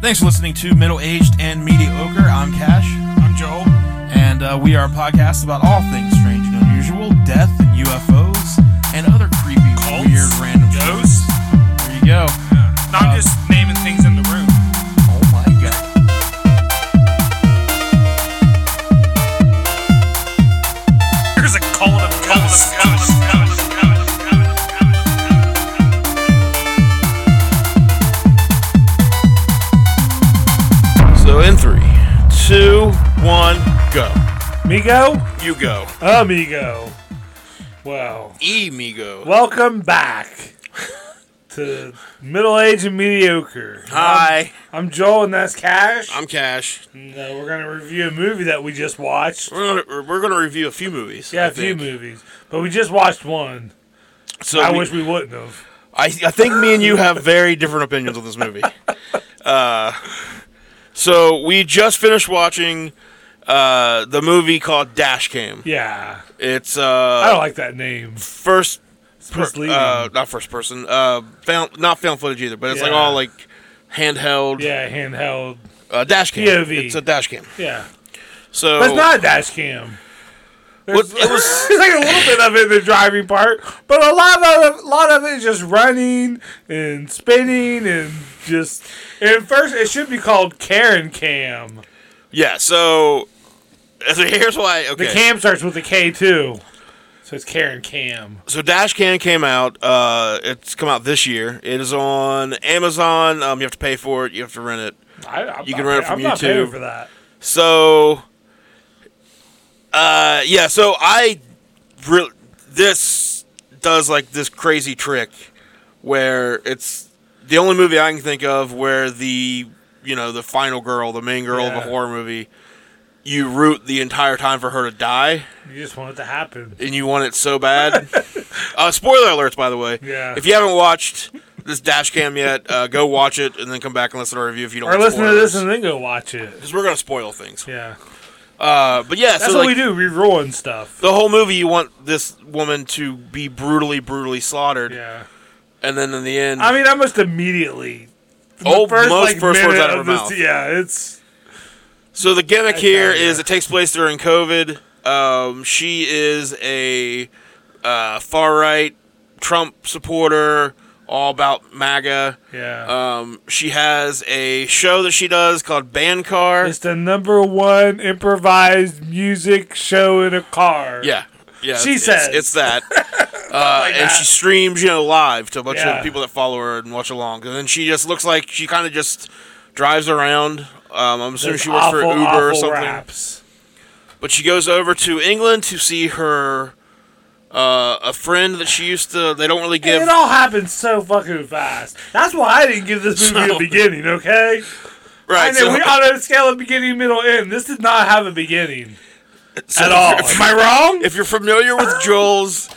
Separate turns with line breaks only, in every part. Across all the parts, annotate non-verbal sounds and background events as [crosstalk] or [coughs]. Thanks for listening to Middle Aged and Mediocre. I'm Cash.
I'm Joel.
And uh, we are a podcast about all things strange and unusual, death and UFOs, and other creepy,
Cults,
weird, random
ghosts.
stories. There you go.
Yeah. No,
Uh,
I'm just naming things in the room.
Oh my god.
There's a cult of ghosts. Ghosts, ghosts, ghosts, ghosts, ghosts.
So in three, two, one, go.
Migo?
You go.
Amigo. Wow.
E, Amigo.
Welcome back to Middle Age and Mediocre.
Hi.
I'm Joel and that's Cash.
I'm Cash.
and, uh, we're going to review a movie that we just watched.
We're gonna, we're gonna review a few movies.
Yeah,
I
a few
think.
movies. But we just watched one.
So
I
we-
wish we wouldn't have.
I, I think me and you have very different opinions on this
[laughs]
movie. Uh, so we just finished watching uh, the movie called Dash Cam.
Yeah.
It's
I
uh,
don't like that name.
first,
It's
per-
misleading.
uh, not first person, uh, found not found footage either, but it's like
Yeah.
all like handheld
yeah, handheld.
uh, dash cam.
POV.
It's a dash cam.
Yeah.
So
But it's not a dash cam.
What- it was
There's like a little bit of it in the driving part, but a lot of a lot of it is just running and spinning and just. And first, it should be called Karen Cam.
yeah. So, so here's why.
The
Okay.
cam starts with a K too, so it's Karen Cam.
So Dash Can came out. Uh, it's come out this year. It is on Amazon. Um, you have to pay for it. You have to rent it.
I, I'm
You
not
can rent it
pay-
from
I'm not
YouTube.
paying for that.
So, uh, yeah. So I, re- this does like this crazy trick where it's the only movie I can think of where the you know the final girl, the main girl of
Yeah.
a horror movie, you root the entire time for her to die,
You just want it to happen.
and you want it so
[laughs]
bad. uh, spoiler alerts, by the way.
Yeah.
If you haven't watched this dash cam yet, uh, go watch it and then come back and listen to our review if you don't.
Or
want
listen to this
spoilers.
and then go watch it.
'Cause we're gonna spoil things.
Yeah,
Uh, but yeah,
that's
so
what
like,
we do. We ruin stuff.
the whole movie you want this woman to be brutally brutally slaughtered
Yeah.
and then in the end
I mean, almost immediately. The
Oh, most first words
minute
out of her
this-
mouth.
Yeah, it's
so the gimmick here
kinda-
is it takes place during covid um, she is a uh, far right trump supporter all about maga
yeah.
um, she has a show that she does called band car
It's the number one improvised music show in a car.
yeah yeah,
She
it's,
says.
it's, it's that,
[laughs]
uh, and she
that.
streams, you know, live to a bunch
Yeah.
of people that follow her and watch along. And then she just looks like she kind of just drives around. Um, I'm assuming
Those
she works for
awful,
Uber or
awful
something.
raps.
But she goes over to England to see her uh, a friend that she used to. They don't really give.
It all happened so fucking fast. That's why I didn't give this
[laughs]
movie
So-
a beginning, okay?
right.
and then
so,
we on a scale of beginning, middle, end. This did not have a beginning
so
at all.
If,
Am I wrong?
if you're familiar with Joel's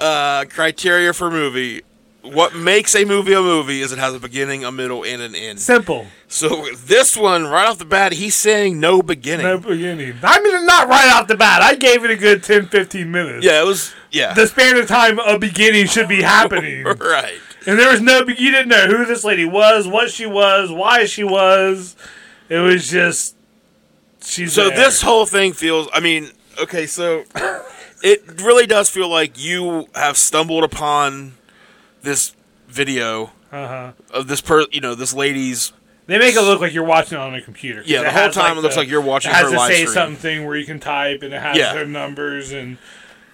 uh, criteria for movie, what makes a movie a movie is it has a beginning, a middle, and an end.
Simple.
So this one, right off the bat, he's saying no beginning.
No beginning. I mean, not right off the bat. I gave it a good 10, 15 minutes.
Yeah, it was. Yeah,
The span of time a beginning should be
[laughs]
happening.
right.
And there was no, you didn't know who this lady was, what she was, why she was. It was just, she's
So
there.
this whole thing feels. I mean, okay, so it really does feel like you have stumbled upon this video
Uh-huh.
of this per. You know, this lady's. [laughs]
They make it look like you're watching it on a computer. 'cause
Yeah, the
it
whole
has,
time it looks
the-
like you're watching
It has
her
to
live
say
stream.
something where you can type, and it has
Yeah.
their numbers, and,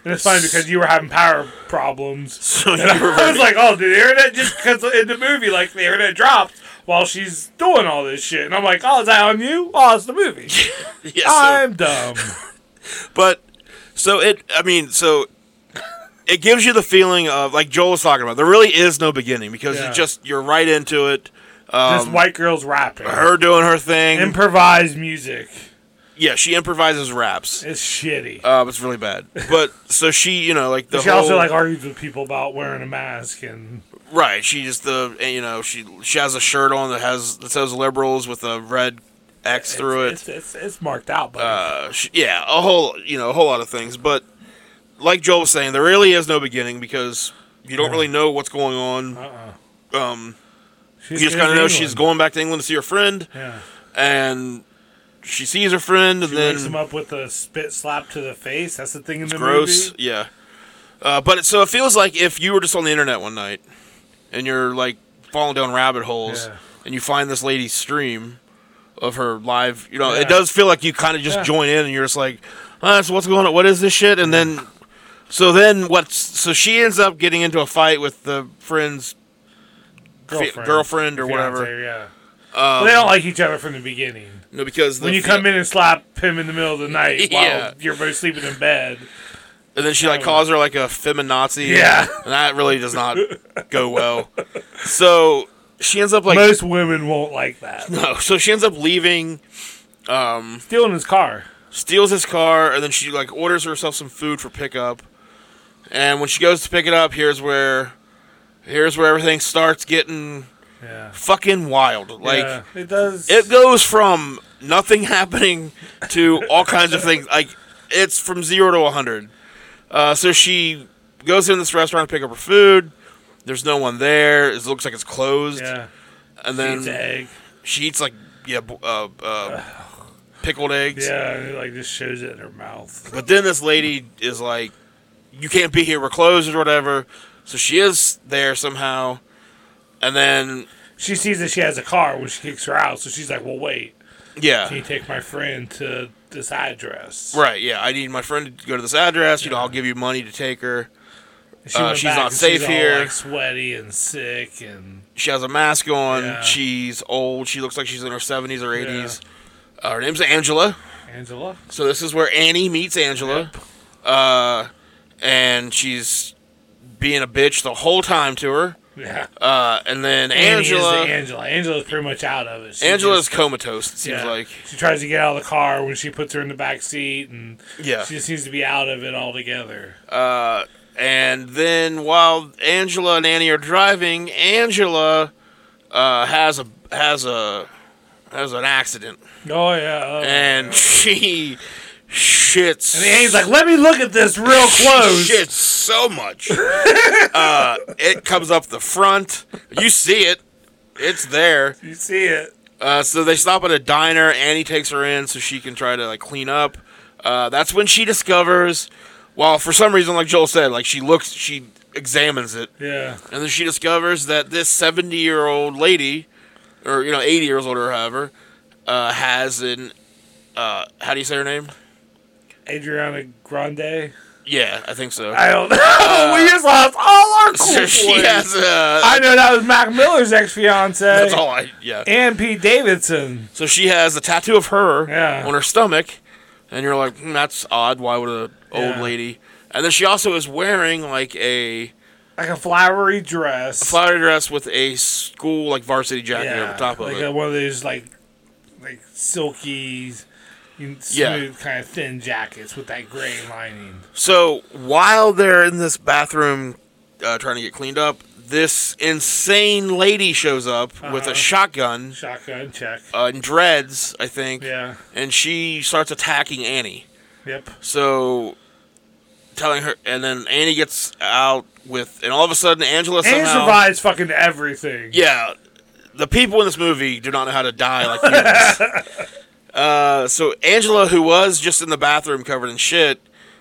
and it's funny because you were having power
[laughs]
problems.
So you
And I
were
[laughs] was like, oh, dude, the internet just because in the movie, like the internet drops while she's doing all this shit, and I'm like, oh, is that on you? Oh, it's
[laughs]
the movie.
yeah, so-
I'm dumb.
but so it. I mean, so it gives you the feeling of like Joel was talking about. There really is no beginning because
Yeah.
it just you're right into it. Um,
this white girl's rapping.
her doing her thing.
improvised music
yeah, she improvises raps.
is shitty.
Um, it's really bad. But so she, you know, like the
she
whole,
also like argues with people about wearing a mask and
Right. She just the and, you know she she has a shirt on that has that says liberals with a red X through it.
It's, it's, it's, it's marked out, but
Uh, she, yeah, a whole you know a whole lot of things. But like Joel was saying, there really is no beginning because you don't really know what's going on. Um,
Uh-uh. She's
you just
in
kind of know
England.
she's going back to England to see her friend,
Yeah.
and she sees her friend, and
She
then
wakes him up with a spit slap to the face. That's the thing in the
gross,
movie.
yeah. Uh, but it, so it feels like if you were just on the internet one night, and you're like falling down rabbit holes,
Yeah.
and you find this lady's stream of her live, you know,
Yeah.
it does feel like you kind of just
Yeah.
join in, and you're just like, ah, so what's going on? What is this shit? And then, so then what's so she ends up getting into a fight with the friend's fi-
Girlfriend,
girlfriend or
Fiance,
whatever.
Yeah. But they don't like each other from the beginning.
No, because the
When you
fi-
come in and slap him in the middle of the night while
[laughs] Yeah.
you're both sleeping in bed.
And then she like calls her like a feminazi.
Yeah.
And that really does
[laughs]
not go well. So she ends up like
Most women won't like that.
no. [laughs] So she ends up leaving,
Stealing his car.
steals his car, and then she like orders herself some food for pickup. And when she goes to pick it up, here's where here's where everything starts getting
Yeah.
fucking wild. Like
Yeah. it does.
it goes from nothing [laughs] happening to all kinds of things. Like it's from zero to hundred. Uh, so she goes in this restaurant to pick up her food. There's no one there. It looks like it's closed.
yeah.
and
It's
then
egg.
she eats like yeah, bo- uh, uh, pickled eggs.
Yeah, and it like just shows it in her mouth.
But then this lady is like, "You can't be here. We're closed or whatever." So she is there somehow, and then
She sees that she has a car when she kicks her out, so she's like, "Well, wait,
yeah,
can you take my friend to this address?"
Right, yeah. I need my friend to go to this address. You know, I'll give you money to take her.
She
Uh,
went
she's
back
not
and
safe
she's
here.
All, like, sweaty and sick, and
She has a mask on.
Yeah.
She's old. She looks like she's in her 70s or 80s. Uh, her name's Angela.
Angela.
So this is where Annie meets Angela. Uh, and she's being a bitch the whole time to her.
Yeah,
Uh, and then
Annie is the
Angela.
Angela. Angela's pretty much out of it. She
Angela's
just-
comatose, it seems
yeah.
like.
she tries to get out of the car when she puts her in the back seat, and
Yeah.
she just seems to be out of it altogether.
Uh, and then while Angela and Annie are driving, Angela uh, has a has a has an accident,
Oh yeah, oh.
and she shits.
and Annie's like, "Oh, "Let me look at
[laughs]
this real close."
shits so
[laughs]
much. uh, it comes up the front. You see it. It's there.
You see it.
Uh, so they stop at a diner. Annie takes her in so she can try to like clean up. Uh, that's when she discovers. Well, for some reason, like Joel said, like she looks, she examines it.
Yeah.
And then she discovers that this 70 year old lady, or, you know, 80 years old or however, uh, has an. Uh, how do you say her name?
Adriana Grande.
Yeah, I think so.
I [laughs] don't know. Oh, we just lost all our cool
so [laughs] she
boys.
has a.
I know that was Mac Miller's ex fiance
that's all I. Yeah.
and Pete Davidson.
So she has a tattoo of her
Yeah.
on her stomach, and you're like, hmm, that's odd. Why would a old
Yeah.
lady? And then she also is wearing like a
Like a flowery dress.
flowery dress with a school like varsity jacket
yeah,
over top of
like
it.
a- one of those like like silky, you know, smooth
Yeah.
kind of thin jackets with that gray lining.
So while they're in this bathroom uh, trying to get cleaned up, this insane lady shows up with
Uh-huh.
a shotgun
Shotgun check.
uh, and dreads, I think,
Yeah.
and she starts attacking Annie.
Yep.
So telling her, and then Annie gets out with, and all of a sudden Angela
And
somehow,
survives fucking everything.
yeah, the people in this movie do not know how to die like humans.
[laughs]
uh, so Angela, who was just in the bathroom covered in shit,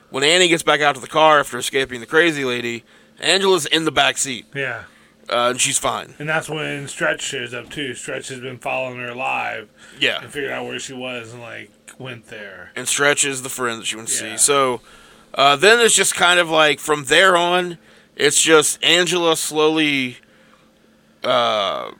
when Annie gets back out to the car after escaping the crazy lady, Angela's in the back seat
Yeah.
uh, and she's fine.
And that's when Stretch shows up too. Stretch has been following her live
Yeah,
and figured out where she was and like went there.
and Stretch is the friend that she wants to
Yeah.
see. So uh, then it's just kind of like from there on, it's just Angela slowly uh,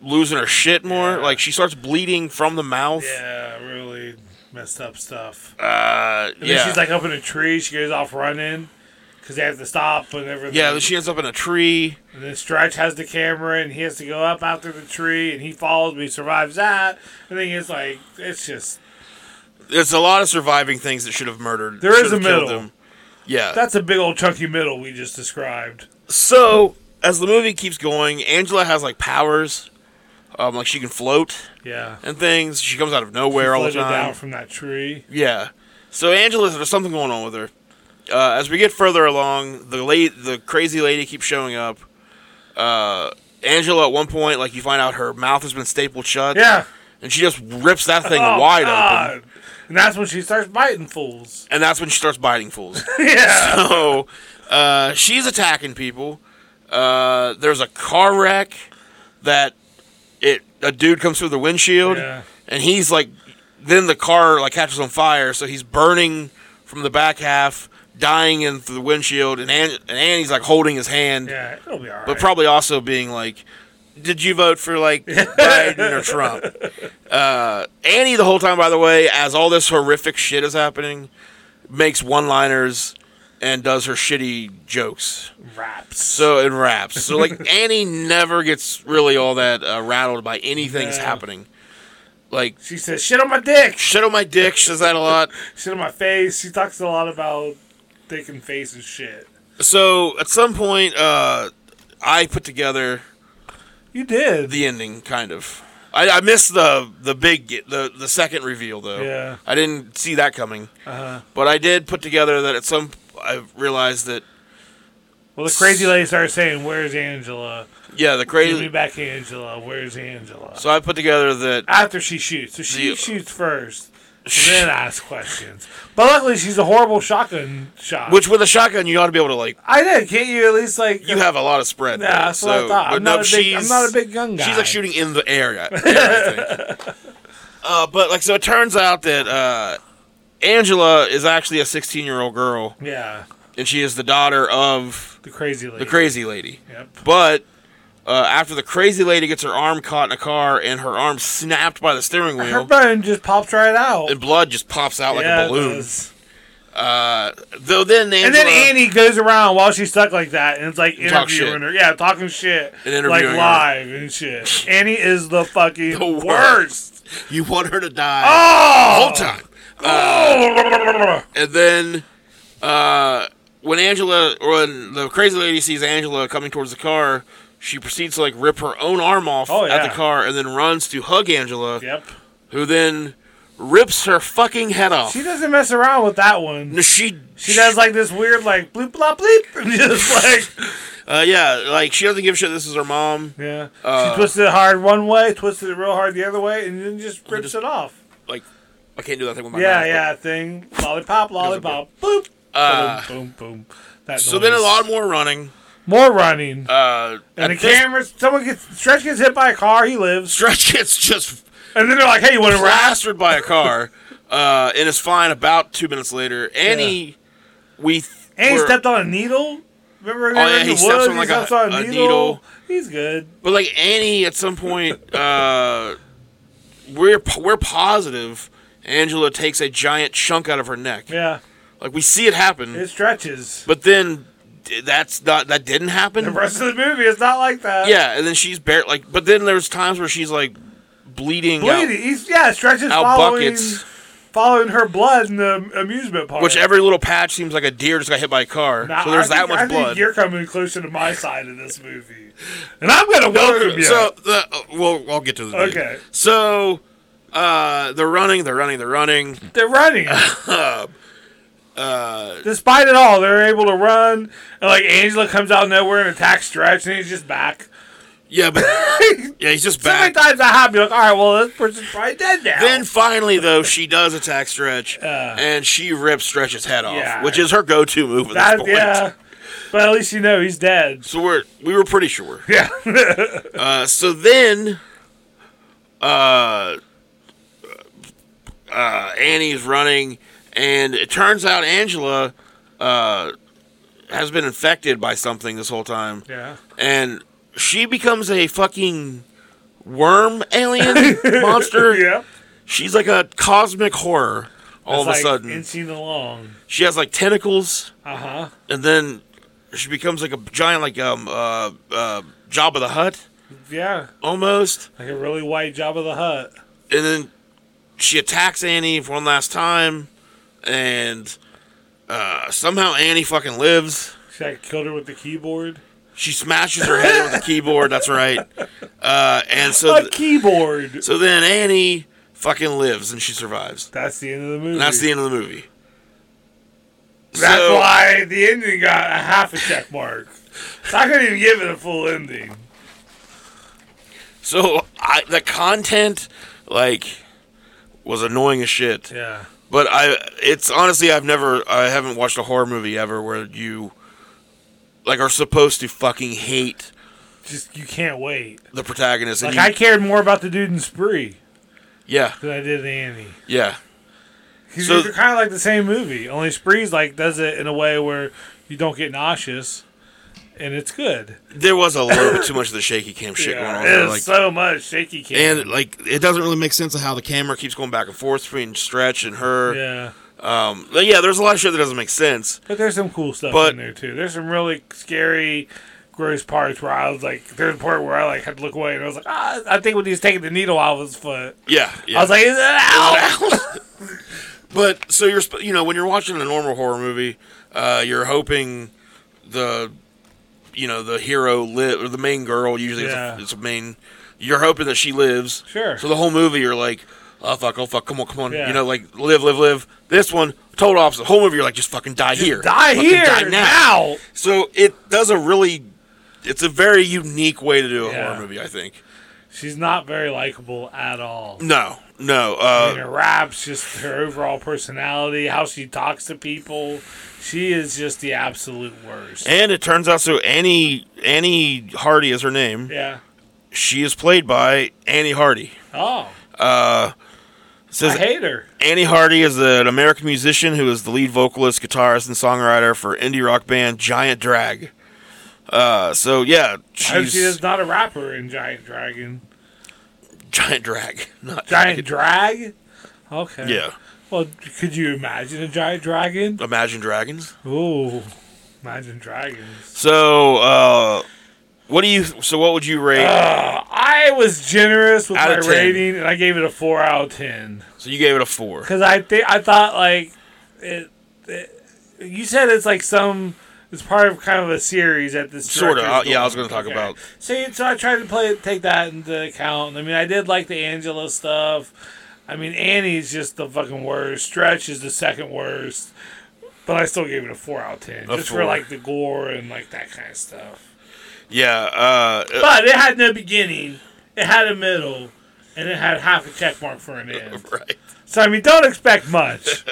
losing her shit more.
Yeah.
Like she starts bleeding from the mouth.
Yeah, really messed up stuff.
Uh,
And then
yeah.
she's like up in a tree. She goes off running because they have to stop and everything.
yeah, then she ends up in a tree.
and then Stretch has the camera and he has to go up after the tree and he falls but he survives that. I think it's like, it's just,
There's a lot of surviving things that should have murdered.
There is
should have
a
killed
middle.
them. Yeah.
that's a big old chunky middle we just described.
so as the movie keeps going, Angela has like powers. Um, like she can float
Yeah.
and things. She comes out of nowhere all the
Floated
time.
down from that tree.
Yeah. So Angela's there's something going on with her. Uh, as we get further along, the late the crazy lady keeps showing up. Uh, Angela at one point, like you find out her mouth has been stapled shut.
Yeah.
And she just rips that thing
Oh,
wide open.
God. And that's when she starts biting fools. [laughs]
And that's when she starts biting fools.
yeah.
[laughs] so uh, she's attacking people. Uh, there's a car wreck that it a dude comes through the windshield
Yeah.
and he's like then the car like catches on fire so he's burning from the back half dying in through the windshield and, An- and Annie's like holding his hand
Yeah, it'll be alright.
but probably also being like, did you vote for like Biden or Trump? Uh, Annie, the whole time, by the way, as all this horrific shit is happening, makes one liners and does her shitty jokes.
raps.
So it raps. So like Annie never gets really all that uh, rattled by anything that's
Yeah.
happening. Like
she says shit on my dick,
shit on my dick she says that a lot.
shit on my face. She talks a lot about dick and face and shit.
So at some point, uh, I put together
You did.
the ending, kind of. I, I missed the the big the the second reveal though.
Yeah.
I didn't see that coming,
uh-huh.
but I did put together that at some I realized that
Well, the crazy lady starts saying, "Where's Angela?
yeah the
Give me
crazy.
back Angela. Where's Angela?"
So I put together that
After she shoots, so she
The-
shoots first, and then asks questions. But luckily, she's a horrible shotgun shot.
which with a shotgun you ought to be able to like
I know. Can't you at least like?
you have a lot of spread.
Nah,
there.
that's what I thought.
but
I'm,
no,
not a big, I'm
she's-
not a big gun guy.
She's like shooting in the air.
[laughs]
air, I think. uh, but like so it turns out that uh, Angela is actually a 16 year old girl
Yeah,
and she is the daughter of
the crazy lady.
the crazy lady.
Yep.
But uh, after the crazy lady gets her arm caught in a car and her arm snapped by the steering
Her
wheel,
bone just pops right out.
and blood just pops out like
Yeah,
a
it
balloon.
does.
Uh, though then Angela,
And then Annie goes around while she's stuck like that, and it's like
talk
interviewing
shit.
her, yeah, talking shit,
And
like
interviewing her.
live
[laughs]
and shit. Annie is the fucking
The worst.
worst.
you want her to die the
Oh,
whole time. And then uh, when Angela, when the crazy lady sees Angela coming towards the car, she proceeds to like rip her own arm off
Oh,
at
yeah.
the car and then runs to hug Angela,
yep.
who then rips her fucking head off.
She doesn't mess around with that one.
No, she
She does like this weird like bloop blop bleep, [laughs] and just like
[laughs] Uh, yeah, like she doesn't give a shit. This is her mom.
yeah.
Uh,
she twisted it hard one way, twisted it real hard the other way, and then just rips
just-
it off.
Like I can't do that thing with my
Yeah,
mouth,
yeah, thing lollipop, lollipop, boop,
but- Uh,
boom, boom, boom. That
so then a
noise.
lot more running.
more running.
Uh, at
And the
this-
cameras, someone gets Stretch gets hit by a car. He lives,
Stretch [laughs] gets just
and then they're like, "Hey, you want to ride?"
plastered by a
[laughs]
car, uh, and is fine. About two minutes later, Annie, we th-
And he
were-
stepped on a needle. Remember? they
Oh,
were
yeah,
in
he
the
steps
woods,
on, like,
he steps
a-
on
a
a needle.
needle.
He's good.
but like Annie at some point, uh, we're po- we're positive. Angela takes a giant chunk out of her neck.
Yeah,
Like we see it happen,
it stretches.
but then d- that's not that didn't happen.
The rest of the movie is not like that.
Yeah, and then she's bare like, but then there's times where she's like bleeding,
bleeding. He's yeah, stretches
out, out
following
buckets,
following her blood in the amusement park.
which every little patch seems like a deer just got hit by a car.
Nah,
so there's that
I think- I
much
think
blood.
you're coming closer to my side of this movie, and I'm gonna welcome you.
So the uh, well, I'll get to the
Okay.
video. So uh, they're running, they're running, they're running.
They're running.
[laughs] Um, uh,
Despite it all, they're able to run. And like Angela comes out of nowhere and attacks Stretch, and he's just back.
Yeah,
[laughs]
but yeah, he's just
So many
back.
times I have you're like, all right, well, this person's probably dead now.
Then finally, though, she does attack Stretch,
Uh.
and she rips Stretch's head off,
Yeah.
which is her go-to move at
that,
this point.
yeah, but at least you know
[laughs]
he's dead.
So we're we were pretty sure.
Yeah,
Uh, so then, uh, uh, Annie's running, and it turns out Angela uh, has been infected by something this whole time,
[laughs] yeah.
and she becomes a fucking worm
[laughs]
alien monster.
Yeah,
She's like a cosmic horror. All
It's
of a
like
sudden,
inching along.
she has like tentacles,
Uh huh.
and then she becomes like a giant, like um, uh, uh, Jabba the Hutt
Yeah,
almost.
like a really white job of the hut.
and then she attacks Annie for one last time, and uh, somehow Annie fucking lives.
She like killed her with the keyboard.
She smashes her head with the keyboard. That's right. Uh, and so,
a keyboard.
so then Annie fucking lives and she survives.
That's the end of the movie.
And that's the end of the movie.
That's
So-
why the ending got a half a check mark. So I couldn't even give it a full ending.
So I, the content, like, was annoying as shit.
Yeah.
But I, it's honestly, I've never, I haven't watched a horror movie ever where you, like, are supposed to fucking hate
Just you can't wait.
the protagonist. and
Like
you,
I cared more about the dude in Spree
yeah,
than I did Annie.
yeah,
Because
So-
they're kind of like the same movie, only Spree's like does it in a way where you don't get nauseous, and it's good.
there was a little bit too much of the shaky cam shit going on. There.
there's
Like,
so much shaky cam.
and like, it doesn't really make sense of how the camera keeps going back and forth between Stretch and her.
yeah,
Um, but yeah, there's a lot of shit that doesn't make sense.
but there's some cool stuff
But-
in there too. There's some really scary, gross parts where I was like, there's a part where I like had to look away and I was like, ah, I think when he's taking the needle out of his foot,
Yeah, yeah.
I was like, is it out?
But so you're, sp- you know, when you're watching a normal horror movie, uh, you're hoping the, you know, the hero live or the main girl usually
Yeah.
it's, a, it's a main. You're hoping that she lives.
Sure.
So the whole movie, you're like, oh fuck, oh fuck, come on, come on,
Yeah.
you know, like live, live, live. This one, total opposite. The whole movie, you're like, just fucking die here,
[laughs] Die
Fucking
here
die now.
now.
So it does a really, it's a very unique way to do a
Yeah.
horror movie, I think.
She's not very likable at all.
No, no,
I mean,
uh,
her raps, just her overall personality, how she talks to people. She is just the absolute worst.
and it turns out so Annie Annie Hardy is her name.
yeah.
She is played by Annie Hardy.
Oh,
It says
I hate her.
Annie Hardy is an American musician who is the lead vocalist, guitarist, and songwriter for indie rock band Giant Drag. Uh, so yeah,
I hope she
she's
is not a rapper in Giant Dragon.
Giant Drag, [laughs] not
Giant Drag? Okay.
yeah.
Well, could you imagine a giant dragon?
Imagine Dragons.
Ooh, imagine dragons.
So uh, what do you? So what would you rate?
Uh, I was generous with
Out
my
of 10.
rating, and I gave it a four out of ten.
so you gave it a four.
Because I think I thought like it, it. You said it's like some. It's part of kind of a series at this.
Sort of.
director's
I- uh, yeah, I was
doing.
gonna talk about-
So you- so I tried to play take that into account. I mean, I did like the Angela stuff. I mean, Annie's just the fucking worst. Stretch is the second worst. But I still gave it a four out of ten,
A
just
four.
for like the gore and like that kind of stuff.
Yeah. Uh,
But it had no beginning. It had a middle. And it had half a check mark for an end.
uh, [laughs] right.
So, I mean, don't expect
[laughs]
much.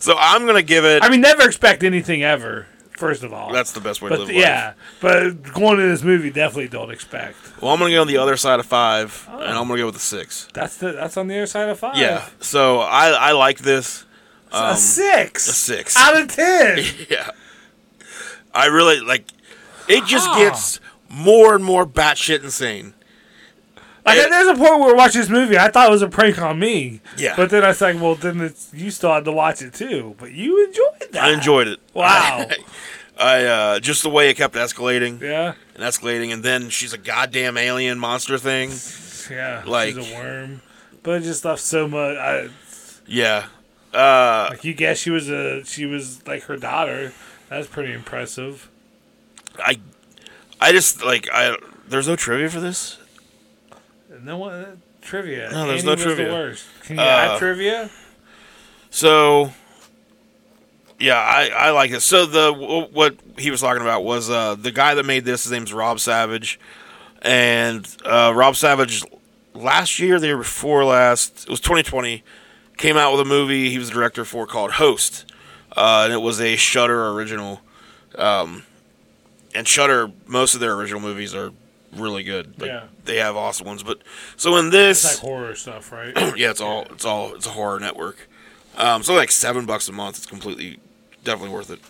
So I'm gonna give it.
I mean, never expect anything ever. First of all,
that's the best way to
but
live
th-
life.
yeah, but going to this movie, definitely don't expect.
Well, I'm gonna go on the other side of five,
Oh.
and I'm gonna go with a six.
That's the that's on the other side of five.
Yeah. So I I like this
It's a six.
a six.
out of ten.
[laughs] yeah. I really like. It just gets more and more batshit insane.
Like
It-
there's a point where we watched this movie, I thought it was a prank on me.
Yeah.
But then I was like, well, then it's you still had to watch it too. But you enjoyed that.
I enjoyed it.
Ah. Wow.
[laughs] I uh, just the way it kept escalating
Yeah.
and escalating, and then she's a goddamn alien monster thing.
Yeah.
Like-
she's a worm. But it just left so much. I,
Yeah. Uh,
like you guess she was a she was like her daughter. That's pretty impressive.
I, I just like I. There's no trivia for this.
No one uh, trivia.
No, there's
Annie
no
was the
trivia.
worst. Can you add
Uh,
trivia?
So, yeah, I, I like this. So the wh- what he was talking about was uh, the guy that made this. His name's Rob Savage, and uh, Rob Savage last year, the year before last, it was 2020, came out with a movie. He was the director for called Host, uh, and it was a Shutter original. Um, and Shutter, most of their original movies are really good. Like,
Yeah.
they have awesome ones. But so in this,
It's like horror
[coughs]
stuff, right?
yeah, it's all it's all it's a horror network. Um, so like seven bucks a month. It's completely definitely worth it.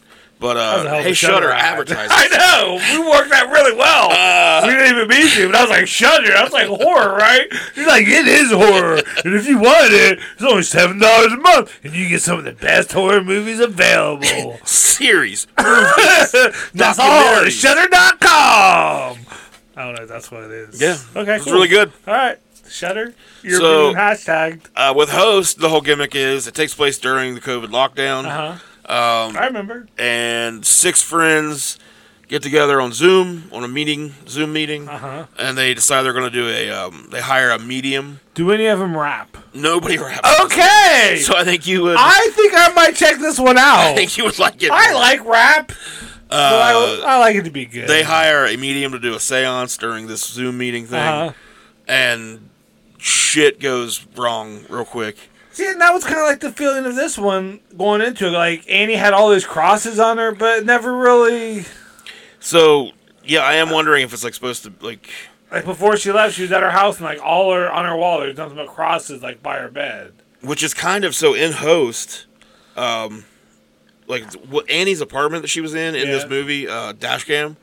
But
That's a hell
uh,
of
hey,
a
Shutter
Shudder ad.
advertises.
[laughs]
Uh,
I know we worked that really well. we didn't even mean to, but I was like, "Shudder." I was like, "Horror, right?" You're like, "It is horror," and if you want it, it's only seven dollars a month, and you get some of the best horror movies
[laughs]
available.
[laughs]
[laughs]
Series.
that's all.
Documentaries.
Shudder.com. I don't know. if That's what it is.
Yeah.
Okay.
It's
cool.
really good.
All right. Shudder. You're
So-
being hashtagged.
Uh, with host, the whole gimmick is it takes place during the COVID lockdown,
Uh huh. Um, I remember.
and six friends get together on Zoom on a meeting, Zoom meeting,
Uh-huh.
and they decide they're going to do a. Um, they hire a medium.
Do any of them rap?
Nobody [laughs] raps.
Okay.
So I think you would. [laughs] I,
Oh, I think I might check this one out.
think you would like it.
I
more.
like rap.
Uh,
but I, I like it to be good.
they hire a medium to do a seance during this Zoom meeting thing.
Uh-huh.
and shit goes wrong real quick.
See, and that was kind of like the feeling of this one going into it. Like Annie had all those crosses on her, but never really.
So yeah, I am wondering if it's like supposed to like
Like before she left, she was at her house, and like all her on her wall, there's nothing but crosses like by her bed.
which is kind of so in host, um, like what Annie's apartment that she was in in this
Yeah.
movie, uh, Dashcam,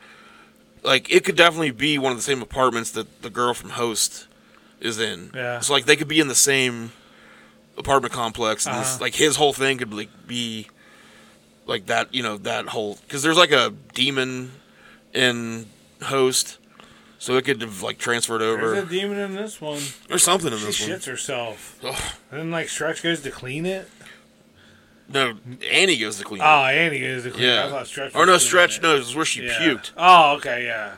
like it could definitely be one of the same apartments that the girl from Host is in.
Yeah.
So like they could be in the same apartment complex, and this,
Uh-huh.
like his whole thing could like be like that, you know, that whole because there's like a demon in Host. So it could have like transferred
There's a
over,
demon in this one.
or something in
She
this one.
shits herself,
Ugh.
and then like Stretch goes to clean it.
No, Annie goes to clean. it.
Oh, Annie goes to clean it. I
Yeah.
thought Stretch.
Or no,
was cleaning
stretch.
it.
No, it was where she
Yeah.
puked
Oh, okay, yeah.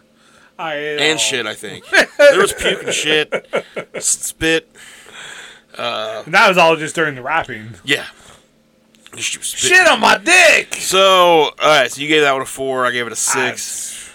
I ate it
and
all.
shit. I think
[laughs]
there was puke and shit, s- spit.
And oh. that was all just during the wrapping.
Yeah. She was spit.
Shit on my dick.
So all right, so you gave that one a four. I gave it a
Ah,
six.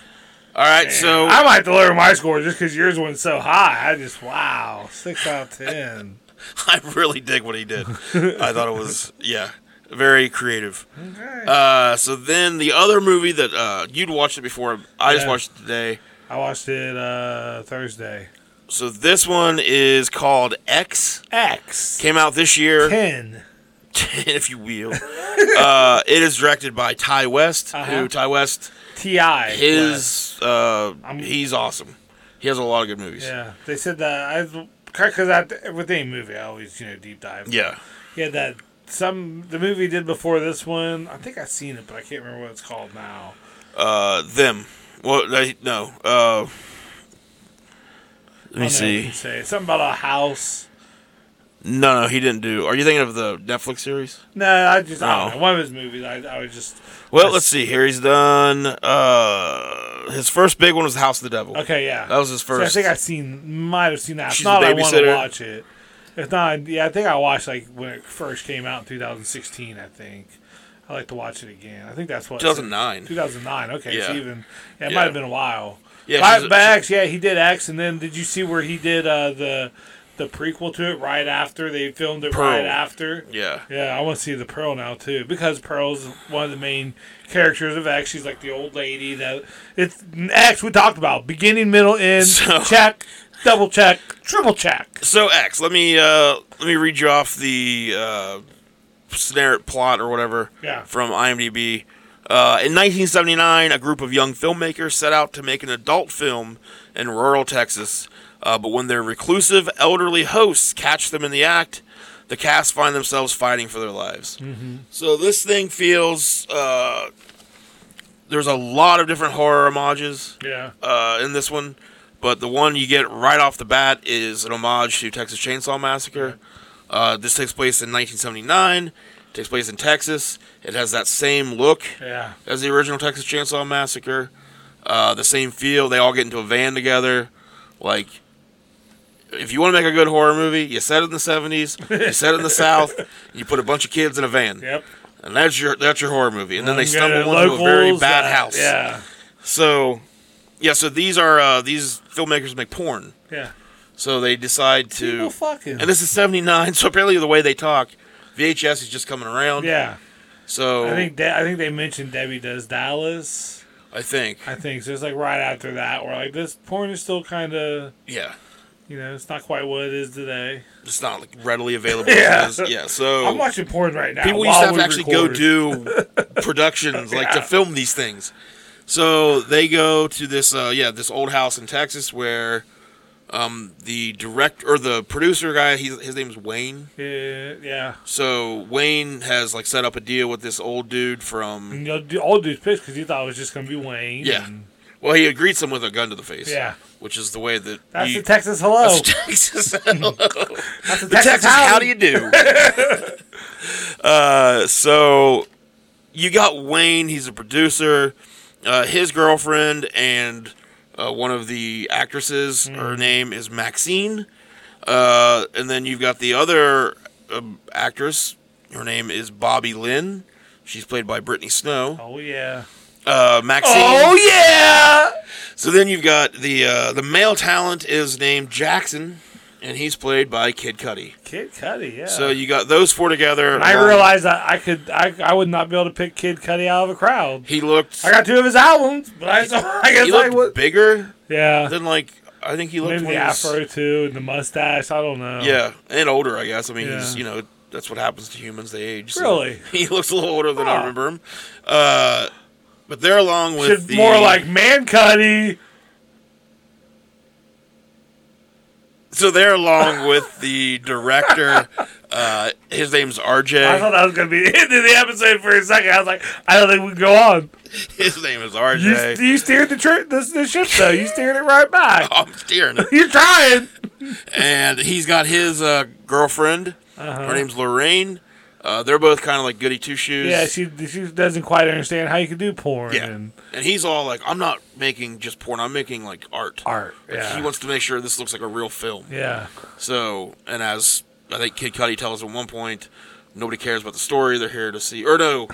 all right, so
I might have to lower my score just because yours went so high. I just wow, six out of ten.
[laughs] I really dig what he did. I thought it was yeah, very creative.
Okay.
Uh, so then the other movie that uh, you'd watched it before, I just
Yeah.
watched it today.
I watched it uh, Thursday.
So this one is called X.
X
Came out this year.
ten.
[laughs] if you will. uh, it is directed by Ty West,
Uh-huh.
who Ty West
Ti
his uh,
I'm-
he's awesome. He has a lot of good movies.
yeah. They said that I because I with any movie I always you know deep dive.
Yeah.
Yeah, that some the movie did before this one. I think I've seen it, but I can't remember what it's called now.
Uh, them. Well, they, no. Uh, let
I
me
don't know if I
see.
can Say something about a house.
No, no, he didn't do. Are you thinking of the Netflix series?
No, I just I don't
Oh.
know. One of his movies. I, I was just
Well, let's see. Here he's done. Uh, his first big one was House of the Devil.
okay. Yeah,
That was his
So I
first.
think I've seen, might have seen that. If
She's
not,
the
I want to
babysitter.
watch it. If not, yeah, I think I watched like when it first came out in 2016. I think I like to watch it again. I think that's what
2009.
2009. Okay, it's
Yeah.
even. Yeah, it
Yeah.
might have been a while.
Yeah,
Right
she's a-
back. Yeah, he did X, and then did you see where he did uh, the the prequel to it right after they filmed it right
Pearl.
after?
Yeah.
Yeah, I want to see the Pearl now too because Pearl's one of the main characters of X. She's like the old lady that it's X. We talked about beginning, middle, end.
So-
[laughs] check, double check, triple check.
So X, let me uh, let me read you off the uh, snare plot or whatever
Yeah.
from IMDb. Uh, in 1979, a group of young filmmakers set out to make an adult film in rural Texas, uh, but when their reclusive elderly hosts catch them in the act, the cast find themselves fighting for their lives. So this thing feels uh, there's a lot of different horror homages
Yeah,
uh, in this one, but the one you get right off the bat is an homage to Texas Chainsaw Massacre. Uh, this takes place in 1979. Takes place in Texas. It has that same look
yeah,
as the original Texas Chainsaw Massacre. Uh, the same feel. They all get into a van together. Like, if you want to make a good horror movie, you set it in the 70s. You set it
[laughs]
in the South. You put a bunch of kids in a van,
yep.
and that's your that's your horror movie. And then they
I'm gonna
stumble into a very
locals,
bad
uh,
house.
Yeah,
So, yeah. So these are uh, these filmmakers make porn.
yeah.
So they decide to,
People fucking.
and this is '79. [laughs] So apparently the way they talk, VHS is just coming around.
yeah,
So
I think De- I think they mentioned Debbie does Dallas.
I think,
I think so. It's like right after that, where like this porn is still kind of
yeah,
you know it's not quite what it is today.
it's not like readily available. as it
Yeah.
is. yeah. So
[laughs] I'm watching porn right now.
people used to have
while we
to actually
record.
go do
[laughs]
productions like to
Yeah.
film these things. So they go to this uh, yeah this old house in Texas where um, the direct or the producer guy he's, his name's Wayne.
Yeah, Uh, yeah.
So Wayne has like set up a deal with this old dude from.
And the d- old dude's pissed because he thought it was just gonna be Wayne.
Yeah.
and-
Well, he greets him with a gun to the face.
yeah.
Which is the way that
That's
you-
the Texas hello.
That's [laughs]
[laughs]
Texas.
That's
[laughs]
the
Texas, how do you do? [laughs] uh, so you got Wayne. He's a producer. Uh, his girlfriend and uh, one of the actresses. Her name is Maxine. Uh, and then you've got the other um, actress. Her name is Bobby Lynn. She's played by Brittany Snow.
Oh yeah.
uh, Maxine.
Oh yeah.
So then you've got the uh, the male talent is named Jackson, and he's played by Kid Cudi.
Kid Cudi, yeah.
So you got those four together.
I
along-
realized that I could I, I would not be able to pick Kid Cudi out of a crowd.
he looked
I got two of his albums, but I, so [laughs] I guess
he
I
looked
would.
bigger
Yeah,
than like I think he looked
maybe the
when he was-
afro too and the mustache. I don't know.
yeah, and older I guess. I mean, he's
Yeah.
you know that's what happens to humans; they age. so
Really?
[laughs] he looks a little older than I
Huh.
remember him. Uh, but they're along with
Should
the, uh,
more like Man Cudi.
so they're along with the director. Uh, his name's RJ.
I thought that was gonna be [laughs] the end of the episode for a second. I was like, I don't think we can go on.
[laughs] His name is
You,
RJ.
you steered the, tri- the the ship though. You steered it right [laughs] back.
I'm steering it.
You're trying.
and he's got his uh, girlfriend.
Uh-huh.
Her name's Lorraine. Uh, they're both kind of like goody two shoes.
Yeah, she she doesn't quite understand how you can do porn
Yeah.
and
and he's all like, "I'm not making just porn. I'm making like art."
art.
Like,
Yeah.
He wants to make sure this looks like a real film.
yeah.
So, and as I think Kid Cudi tells at one point, nobody cares about the story. They're here to see, or no,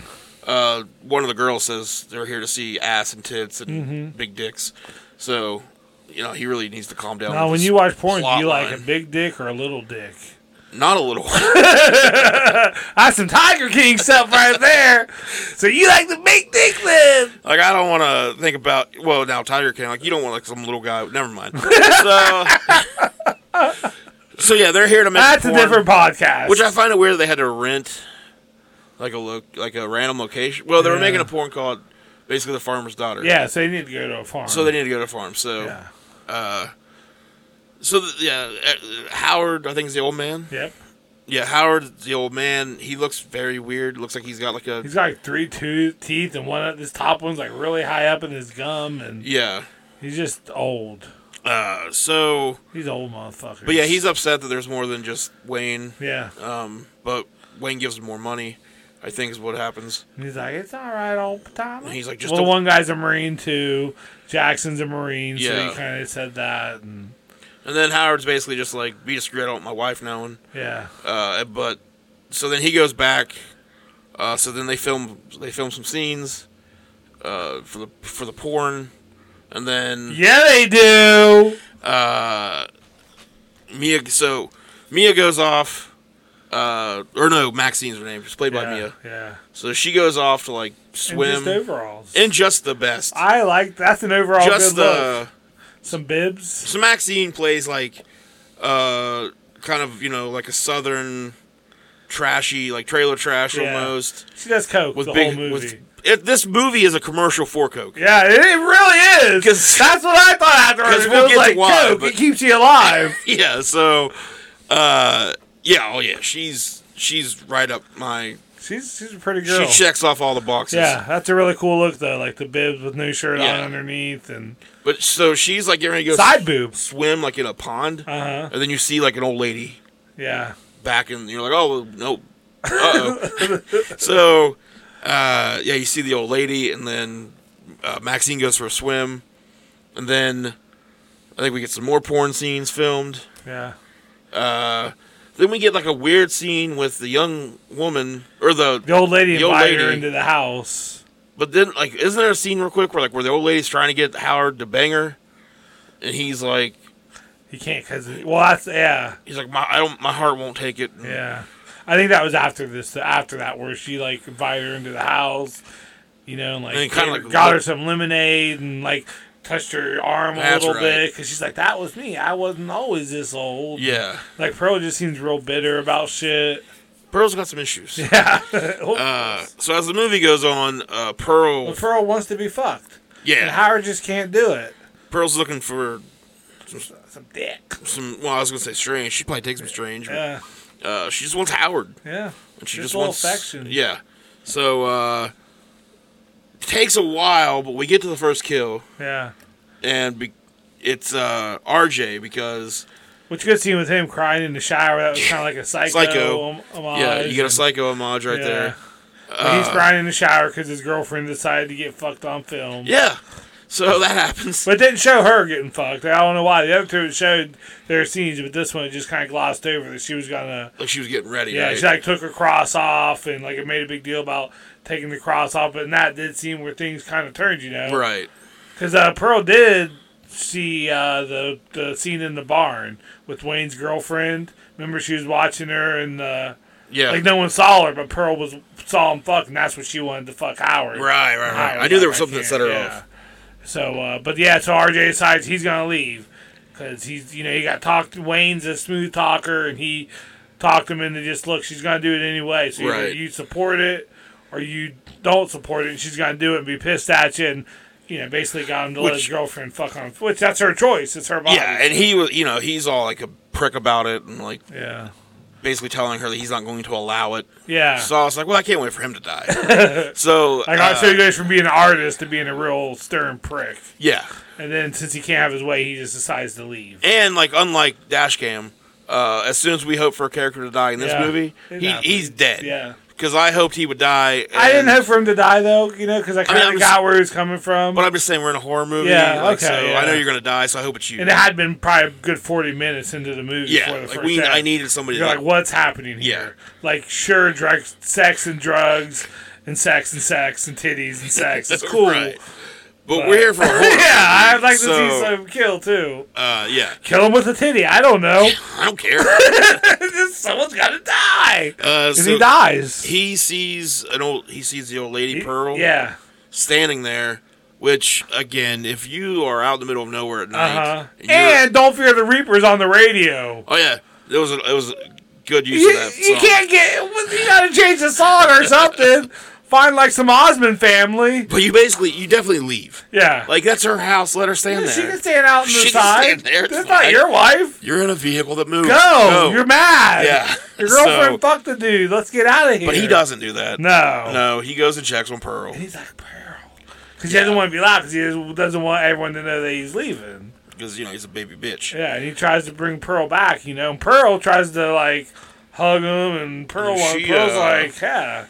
uh, one of the girls says they're here to see ass and tits and
Mm-hmm.
big dicks. So, you know, he really needs to calm down.
Now,
with
when
this
you watch porn, do
plot
you like
line.
a big dick or a little dick?
not a little. [laughs]
That's some Tiger King stuff right [laughs] there. So you like the big dick then?
Like I don't want to think about well now Tiger King like you don't want like some little guy. Never mind. [laughs]
[laughs]
so, so yeah, they're here to make
That's
porn,
a different podcast.
Which I find it weird they had to rent like a lo- like a random location. Well, they were
Yeah.
making a porn called basically the farmer's daughter.
yeah, so you need to go to a farm.
So they need to go to a farm. So
yeah.
so th- yeah, uh, Howard I think is the old man.
Yep.
Yeah, Howard the old man. He looks very weird. Looks like he's got like a
He's got like three two teeth and one this top one's like really high up in his gum and
yeah.
he's just old.
Uh, so
He's an old motherfucker.
but yeah, he's upset that there's more than just Wayne.
yeah.
Um, but Wayne gives him more money, I think is what happens.
And he's like, it's all right, old time.
And he's like, just
well,
a-
one guy's a marine too. Jackson's a marine, so
Yeah.
he kind of said that, and
And then Howard's basically just like, be discreet, I don't want my wife knowing.
yeah,
Uh, but so then he goes back. Uh, so then they film they film some scenes uh, for the for the porn, and then uh,
yeah, they do.
Mia. So Mia goes off. Uh, or no, Maxine's her name. She's played
yeah,
by Mia.
yeah.
So she goes off to like
And
uh, swim
just overalls.
in just the best.
I like that's an overall
just uh,
good
the.
look. Some bibs.
So Maxine plays like uh kind of, you know, like a southern trashy, like trailer trash
Yeah.
almost.
She does coke
With
the
big
whole movie.
with it, this movie is a commercial for Coke. [laughs]
yeah, it, it really is.
'Cause-
that's what I thought afterwards.
'cause
It
we'll
was
get to
like
why,
coke.
but-
It keeps you alive.
Yeah, so uh yeah, oh yeah, she's she's right up my
She's she's a pretty girl.
she checks off all the boxes.
yeah, that's a really cool look though, like the bibs with no shirt
Yeah.
on underneath and
But so she's like getting ready to go
side boobs.
swim like in a pond
Uh huh.
and then you see like an old lady
Yeah.
back and you're like, oh no,
[laughs]
uh-oh. so uh, yeah, you see the old lady, and then uh, Maxine goes for a swim, and then I think we get some more porn scenes filmed.
Yeah.
Then we get like a weird scene with the young woman or the,
The old lady
The old
invited her
lady.
into the house.
but then like isn't there a scene real quick where like where the old lady's trying to get Howard to bang her, and he's like
He can't because well, that's yeah,
he's like my I don't my heart won't take it.
yeah. I think that was after this, after that, where she like invited her into the house, you know, and like,
And kinda,
gave-
like,
got her
looked-
some lemonade and like touched her arm a
That's
little bit 'cause
right.
bit because she's like, "That was me. I wasn't always this old."
Yeah,
Like Pearl just seems real bitter
[laughs]
about shit.
Pearl's got some issues.
Yeah.
Uh, so as the movie goes on, uh, Pearl,
But Pearl wants to be fucked, and
yeah,
Howard just can't do it.
Pearl's looking for
Some dick.
some. Well, I was gonna say strange. She probably takes some strange. But,
Yeah.
uh, she just wants Howard,
Yeah.
and she just
Just a little
wants
affection.
Yeah. So uh, it takes a while, but we get to the first kill,
Yeah.
and be- it's uh, RJ because
Which good scene with him crying in the shower. That was kind of
[laughs]
like a psycho.
Psycho.
om- homage
yeah, you get a
and-
psycho homage right
yeah.
there. Uh.
But he's crying in the shower because his girlfriend decided to get fucked on film.
Yeah. So [laughs] that happens.
But it didn't show her getting fucked. I don't know why. The other two it showed their scenes, but this one it just kind of glossed over that she was gonna.
Like she was getting ready.
Yeah,
right?
she like took her cross off and like it made a big deal about taking the cross off, but in that did seem where things kind of turned, you know?
right.
Because uh, Pearl did see uh, the the scene in the barn with Wayne's girlfriend. Remember, she was watching her and uh,
Yeah.
like no one saw her, but Pearl was saw him fuck, and that's what she wanted to fuck Howard.
Right, right, right.
Howard
I knew there
was
was something
like,
that
"I
set her
can't,"
off.
yeah. So, uh, but yeah, so RJ decides he's gonna leave because he's you know he got talked. Wayne's a smooth talker, and he talked him into just look, she's gonna do it anyway. So either
Right.
you support it or you don't support it, and she's gonna do it and be pissed at you, and you know basically got him to let his
Which-
girlfriend fuck on, which that's her choice. It's her body.
Yeah, and he was, you know, he's all like a prick about it and like
yeah.
basically telling her that he's not going to allow it.
Yeah.
So I was like, well, I can't wait for him to die.
[laughs]
so
Like
uh,
I so he goes from being an artist to being a real stern prick,
yeah,
and then since he can't have his way, he just decides to leave.
and like unlike Dashcam, uh, as soon as we hope for a character to die in this
Yeah.
movie,
It
he,
happens.
he's dead.
Yeah,
because I hoped he would die.
I didn't
and-
hope for him to die though, you know, because I kind of
I'm just-
got where he was coming from,
But I'm just saying we're in a horror movie.
Yeah,
like,
okay,
So I know
yeah.
you're gonna die, so I hope it's you.
and it had been probably a good forty minutes into the movie.
yeah,
before the
like
first
we,
act.
I needed somebody.
You're
to,
like, what's happening here? Like, sure, drug, sex and drugs, and sex and sex and titties
[laughs]
and sex. It's cool.
Right. But, we're here for a horror.
[laughs] Yeah, I'd like to
So-
see some kill too.
Uh, yeah,
Kill him with a titty. I don't know. [laughs]
I don't care.
Someone's got to die.
Uh,
And
so
he dies.
he sees an old. He sees the old lady Pearl.
Yeah.
standing there. Which again, if you are out in the middle of nowhere at
Uh
night,
huh.
you're-
And don't fear the reapers on the radio.
oh yeah, it was a, it was a good use
You,
of that.
you
song.
can't get. You gotta change the song or something. Find like some Osmond family.
But you basically, you definitely leave.
Yeah.
Like that's her house. Let her stand
she
there.
can stand out in the
She can
side.
stand there, it's
That's
fine.
not your wife.
You're in a vehicle that moves.
Go. You're mad.
Yeah.
Your
So-
girlfriend fucked the dude. Let's get out of here.
But he doesn't do that.
No.
No, he goes and checks on Pearl.
He's like Pearl. Because he doesn't want to be loud because he doesn't- doesn't want everyone to know that he's leaving.
Because, you know, he's a baby bitch.
Yeah, and he tries to bring Pearl back, you know. And Pearl tries to, like, hug him, and Pearl,
She,
Pearl's
uh,
like, yeah.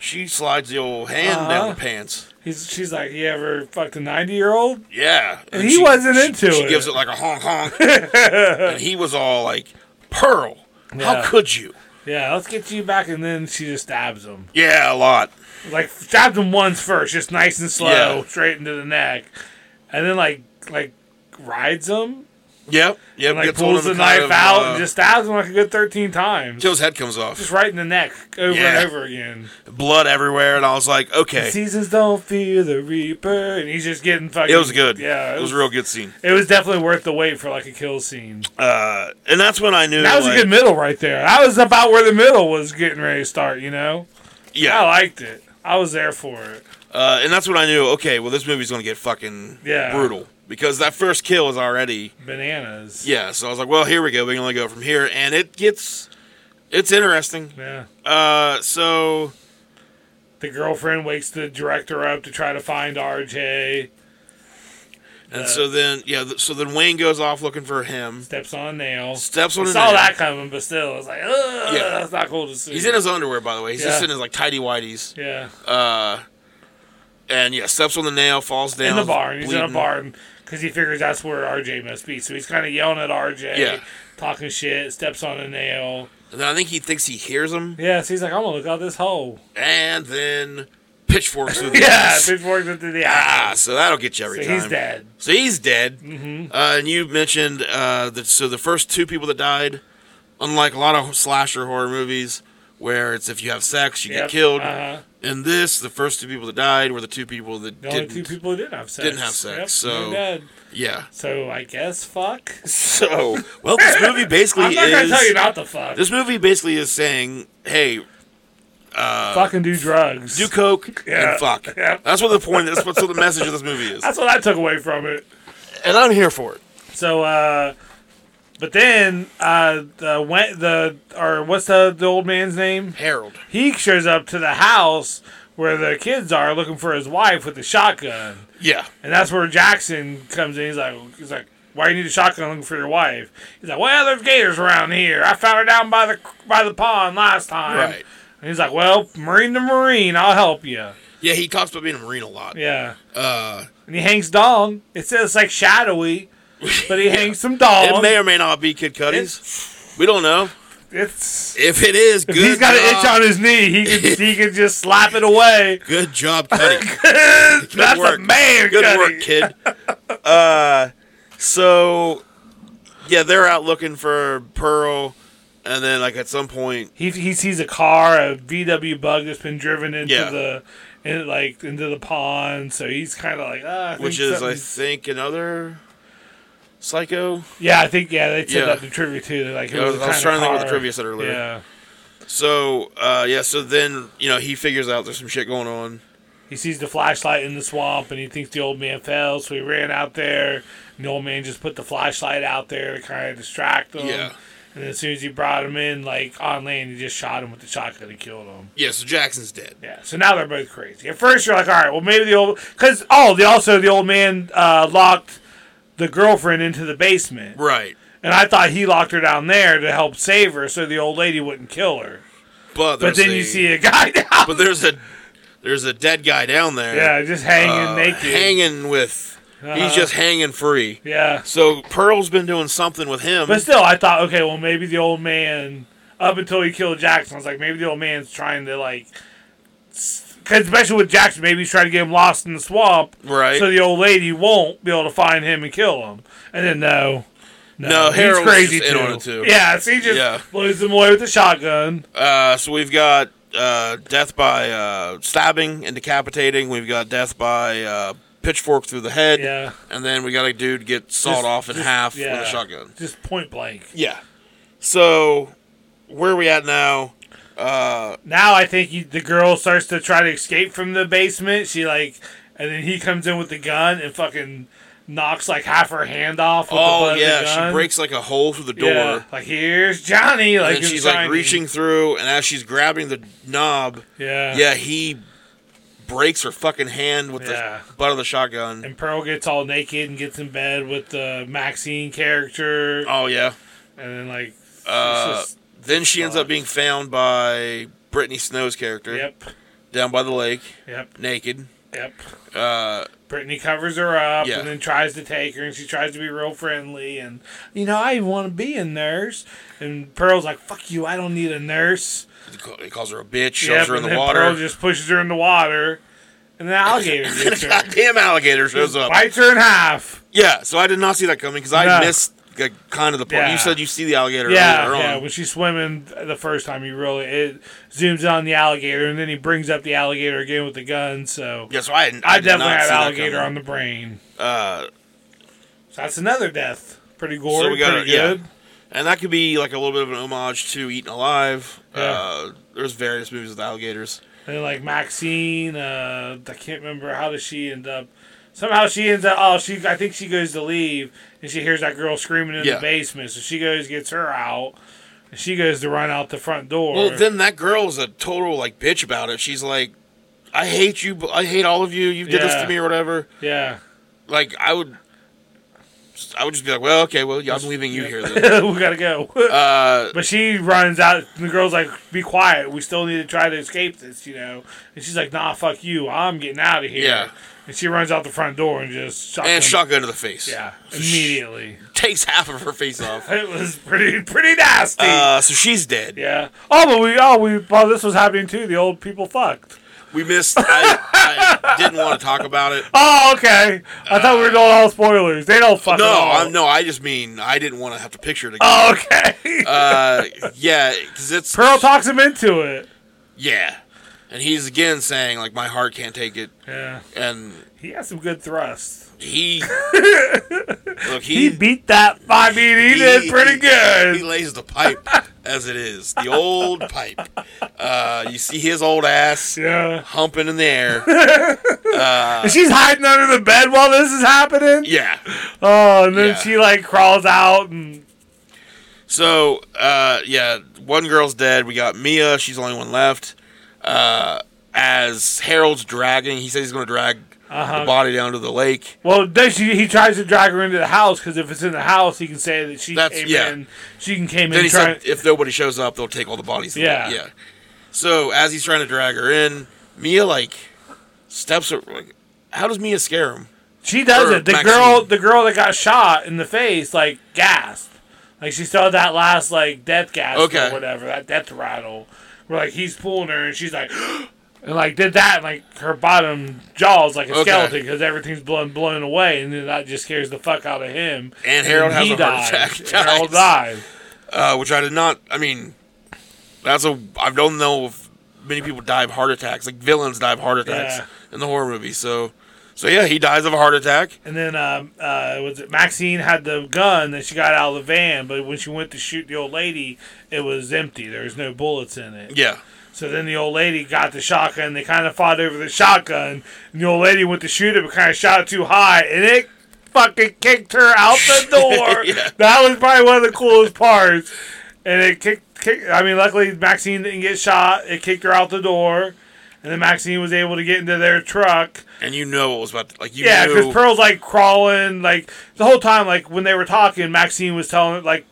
She slides the old hand
Uh-huh.
down the pants.
He's, she's like, you ever fucked a 90 year old?
Yeah. And,
he wasn't
she-
into
She
it.
gives it like a honk honk.
[laughs]
and he was all like, Pearl,
Yeah.
how could you?
Yeah, let's get you back. And then she just stabs him.
Yeah, a lot.
Like, stabs him once first, just nice and slow,
Yeah.
straight into the neck. And then, like, like rides him.
Yep. Yep.
And, like,
gets
pulls
on
the
him kind
knife
of,
out
uh,
and just stabs him, like, a good 13 times.
Till his head comes off.
Just right in the neck over
Yeah.
and over again.
Blood everywhere. And I was like, okay.
Seasons don't fear the reaper, and he's just getting fucking.
It was good.
Yeah,
It was a real good scene.
It was definitely worth the wait for like a kill scene.
Uh, and that's when I knew.
That was
like,
a good middle right there. That was about where the middle was getting ready to start. You know, Oh, I
Yeah.
liked it. I was there for it.
Uh, and that's when I knew, okay, well, this movie's going to get fucking
Yeah.
brutal. Because that first kill is already.
Bananas.
Yeah, so I was like, well, here we go. We can only go from here, and it gets, it's interesting.
Yeah.
Uh, so
The girlfriend wakes the director up to try to find RJ.
and
Uh,
so then yeah, th- so then Wayne goes off looking for him,
Steps on a nail.
steps on
I
his.
saw
nail.
that coming, but still, it's like, ugh,
Yeah.
that's not cool to see.
He's in his underwear, by the way. He's just
Yeah.
in his like tidy whities.
yeah.
Uh, and yeah, steps on the nail, falls down
in the barn. He's in a
bleeding.
barn because he figures that's where RJ must be. So he's kind of yelling at RJ,
Yeah.
talking shit, steps on a nail.
And then I think he thinks he hears him,
Yeah, so he's like, I'm gonna look out this hole.
and then pitchforks through the
[laughs] Yeah,
eyes.
pitchfork into the
Ah,
eye.
so that'll get you every
So
time.
he's dead.
So he's dead. Mm-hmm. Uh, and you mentioned uh, that. So the first two people that died, unlike a lot of slasher horror movies, where it's if you have sex you
Yep,
get killed.
Uh-huh.
In this, the first two people that died were the two people that
The
didn't.
only two people who didn't have sex.
didn't have sex,
Yep,
so-
they're dead.
Yeah.
So I guess fuck.
So [laughs] well, this movie basically
[laughs] I'm not gonna
is
tell you not to fuck.
this movie basically is saying, hey,
Fucking do drugs.
do coke
Yeah,
and fuck.
[laughs] yeah.
That's what the point. That's what the message of this movie is.
That's what I took away from it.
And I'm here for it.
So, uh, but then uh, the went the or what's the the old man's name?
Harold.
he shows up to the house where the kids are looking for his wife with the shotgun,
Yeah.
and that's where Jackson comes in. He's like, he's like, why you need a shotgun looking for your wife? He's like, well, there's gators around here. I found her down by the by the pond last time.
Right.
And he's like, well, marine to marine, I'll help you.
Yeah, he talks about being a marine a lot.
Yeah.
Uh,
And he hangs dong. It says like shadowy, but he hangs some dong.
it may or may not be Kid Cudi's. We don't know.
it's
If it is,
if
good.
he's got an
job.
itch on his knee. He
[laughs]
can he can just slap it away.
Good job,
[laughs]
Cuddy.
That's a
work.
man.
Good
cutting.
work, kid. Uh, so yeah, they're out looking for Pearl, and then like at some point,
He, he sees a car, a VW bug that's been driven into
Yeah.
the, in, like into the pond. So he's kind of like, ah, I think
which is I
something's-
think another psycho.
yeah, I think yeah, they said
Yeah.
that in trivia too. That, like, it
Yeah, I
was,
was-
the
I was
kind
trying
of
to think what the
car-
trivia said earlier.
Yeah,
So uh, yeah, so then you know he figures out there's some shit going on.
he sees the flashlight in the swamp, and he thinks the old man fell, so he ran out there. And the old man just put the flashlight out there to kind of distract him.
Yeah.
And as soon as he brought him in, like on land, he just shot him with the shotgun and killed him.
Yeah, so Jackson's dead.
Yeah, so now they're both crazy. At first, you're like, all right, well, maybe the old because oh, the also the old man uh, locked the girlfriend into the basement,
Right,
and I thought he locked her down there to help save her, so the old lady wouldn't kill her.
but
But
there's
then
a,
you see a guy [laughs] down,
but there's a there's a dead guy down there.
yeah, just hanging
uh,
naked, Uh-huh.
hanging with. He's just hanging free.
yeah.
So Pearl's been doing something with him.
But still, I thought, okay, well, maybe the old man up until he killed Jackson, I was like, maybe the old man's trying to like. s- 'cause especially with Jackson, maybe he's trying to get him lost in the swamp,
Right.
So the old lady won't be able to find him and kill him. And then no,
No,
he's
Harold's
crazy
just
too.
in on it, too.
Yeah, so he just
Yeah.
blows him away with the shotgun.
Uh, so we've got uh, death by uh, stabbing and decapitating. We've got death by uh, pitchfork through the head.
Yeah,
And then we got a dude get sawed
Just-
off in
just-
half
yeah.
with a shotgun.
just point blank.
Yeah. So where are we at now? Uh,
Now I think he, the girl starts to try to escape from the basement. She like, and then he comes in with the gun and fucking knocks like half her hand off. With the
oh
butt of
yeah,
the gun.
she breaks like a hole through the door.
Yeah, like here's Johnny. Like
and
in
she's
Shining.
like reaching through, and as she's grabbing the knob,
Yeah.
yeah, he breaks her fucking hand with
Yeah.
the butt of the shotgun.
And Pearl gets all naked and gets in bed with the Maxine character,
oh yeah,
and then like, it's
Uh,
just-
Then she ends
Fuck.
up being found by Brittany Snow's character
yep,
down by the lake,
yep,
naked.
yep.
Uh,
Brittany covers her up
Yeah.
and then tries to take her, and she tries to be real friendly. And you know, I want to be a nurse. And Pearl's like, "Fuck you! I don't need a nurse."
he ca- he calls her a bitch, shoves
Yep,
her in
and
the
then
water.
Pearl just pushes her in the water, and
[laughs]
the alligator
and
gets
a
her,
goddamn alligator shows up.
bites her in half.
Yeah, so I did not see that coming because I
No.
missed like, kind of the point.
Yeah.
You said you see the alligator
Yeah,
earlier
yeah.
on.
When she's swimming the first time, he really it zooms in on the alligator, and then he brings up the alligator again with the gun. So
Yeah, so I, I,
I,
did
definitely
not
have
see that
alligator on
coming.
the brain.
Uh,
So that's another death. Pretty gory,
So we got
pretty
a- yeah.
good.
and that could be like a little bit of an homage to Eaten Alive.
Yeah.
Uh, there's various movies with alligators.
And then like Maxine, uh, I can't remember how does she end up. Somehow she ends up. Oh, she I think she goes to leave, and she hears that girl screaming in
Yeah.
the basement. So she goes, gets her out. And she goes to run out the front door.
Well, then that girl's a total like bitch about it. She's like, "I hate you. I hate all of you. You did this
Yeah.
to me, or whatever."
yeah, [laughs]
Like, I would, I would just be like, "Well, okay, well, yeah, I'm leaving you here
[laughs]
then."
we gotta go.
Uh,
But she runs out, and the girl's like, "Be quiet. We still need to try to escape this, you know." And she's like, "Nah, fuck you. I'm getting out of here."
Yeah.
And she runs out the front door and just shotgun.
and shotgun to the face.
Um, Yeah, immediately.
[laughs]
[laughs]
takes half of her face off.
It was pretty pretty nasty.
Uh, so she's dead.
yeah. Oh, but we oh we well this was happening too. The old people fucked.
We missed. I,
[laughs]
I didn't want to talk about it.
Oh, okay. I thought we were doing all spoilers. They don't fuck. at
No,
all.
I'm, no. I just mean I didn't want to have to picture it again.
Oh, okay.
Uh, yeah, because it's
Pearl talks him into it.
yeah, and he's again saying like my heart can't take it,
Yeah.
and
He has some good thrusts. [laughs]
he look he
He beat that. I mean, he, did pretty good.
He lays the pipe as it is, the old pipe. Uh, you see his old ass
yeah.
humping in the
[laughs]
air.
And she's hiding under the bed while this is happening.
Yeah.
Oh, and then
Yeah.
she like crawls out and
So uh, yeah, one girl's dead. We got Mia. She's the only one left. Uh, as Harold's dragging, he says he's going to drag
Uh-huh.
the body down to the lake.
well, then she he tries to drag her into the house because if it's in the house, he can say that she
That's-
came
yeah.
in. She can came
Then
in.
he
Try,
said, if nobody shows up, they'll take all the bodies.
Yeah.
Yeah. So as he's trying to drag her in, Mia like steps. Are, like, how does Mia scare him?
She does
Or
it. The
Maxine.
girl, the girl that got shot in the face, like gasped, like she saw that last like death gasp
Okay.
or whatever, that death rattle. Where like he's pulling her and she's like, [gasps] and like did that, and like her bottom jaw's like a
Okay.
skeleton because everything's blown blown away, and then that just scares the fuck out of him.
And Harold has
he
a heart
dies.
attack.
Harold
Dies.
dies.
Uh, which I did not. I mean, that's a. I don't know if many people die of heart attacks. Like villains die of heart attacks
Yeah.
in the horror movie. So, so yeah, he dies of a heart attack.
And then um, uh, was it Maxine had the gun that she got out of the van, but when she went to shoot the old lady, it was empty. There was no bullets in it.
Yeah.
So then the old lady got the shotgun. They kind of fought over the shotgun. And the old lady went to shoot it, but kind of shot it too high, and it fucking kicked her out
[laughs]
the door.
Yeah.
That was probably one of the coolest parts. And it kicked, kicked. I mean, luckily Maxine didn't get shot. It kicked her out the door, and then Maxine was able to get into their truck.
And you know what was about to, like you
Yeah,
knew
because Pearl's like crawling, like the whole time, like when they were talking, Maxine was telling like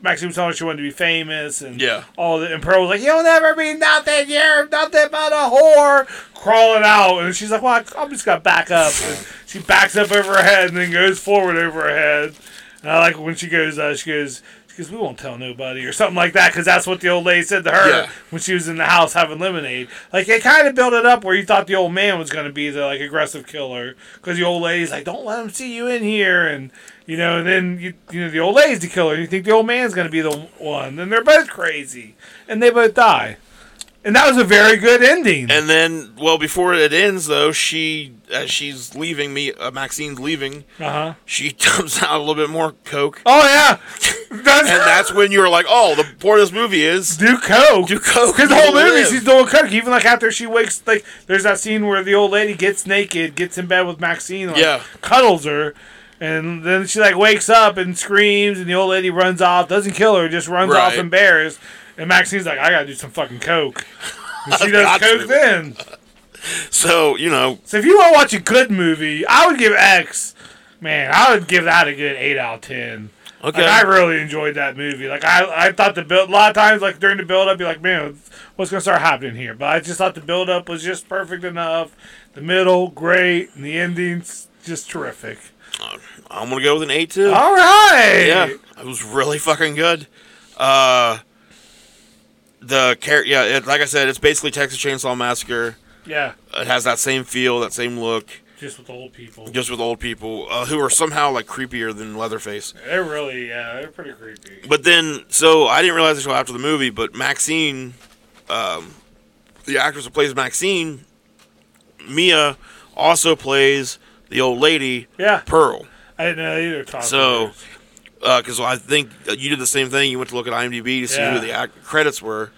Maxine was telling her she wanted to be famous and
Yeah.
all that. And Pearl was like, "You'll never be nothing. You're nothing but a whore." Crawling out, and she's like, "Well, I- I'm just gonna back up." And she backs up over her head and then goes forward over her head. And I like when she goes, uh, she goes. she goes, we won't tell nobody or something like that because that's what the old lady said to her
Yeah.
when she was in the house having lemonade. Like they kind of built it up where you thought the old man was going to be the like aggressive killer because the old lady's like, "Don't let him see you in here," and you know, and then you you know the old lady's the killer. And you think the old man's going to be the one, and they're both crazy, and they both die. And that was a very good ending.
And then, well, before it ends though, she as she's leaving me, uh, Maxine's leaving.
uh-huh.
She [laughs] dumps out a little bit more coke,
Oh yeah, [laughs] that's,
and that's when you were like, "Oh, the point of this movie is
do coke.
do coke."
Because the whole movie,
live.
she's doing coke. Even like after she wakes, like there's that scene where the old lady gets naked, gets in bed with Maxine, like,
Yeah.
cuddles her, and then she like wakes up and screams, and the old lady runs off, doesn't kill her, just runs off
Right.
embarrassed, and Maxine's like, I gotta do some fucking coke. And
[laughs]
she does
Got
coke
to.
then.
so you know,
So if you want to watch a good movie, I would give X. Man, I would give that a good eight out of ten.
okay,
Like, I really enjoyed that movie. Like I, I thought the build a lot of times like during the build up, you're like, man, what's gonna start happening here? But I just thought the build up was just perfect enough. The middle, great, and the endings just terrific.
I'm gonna go with an eight too.
All right.
Yeah, it was really fucking good. Uh, the char- yeah, it, like I said, it's basically Texas Chainsaw Massacre.
Yeah.
It has that same feel, that same look,
Just with old people.
just with old people uh, who are somehow like creepier than Leatherface.
They're really yeah, they're pretty creepy.
But then, so I didn't realize this until after the movie, but Maxine, um, the actress who plays Maxine, Mia, also plays the old lady,
Yeah.
Pearl.
I didn't know either Tom.
So, because I think that you did the same thing. You went to look at IMDb to see
Yeah.
who the ac credits were,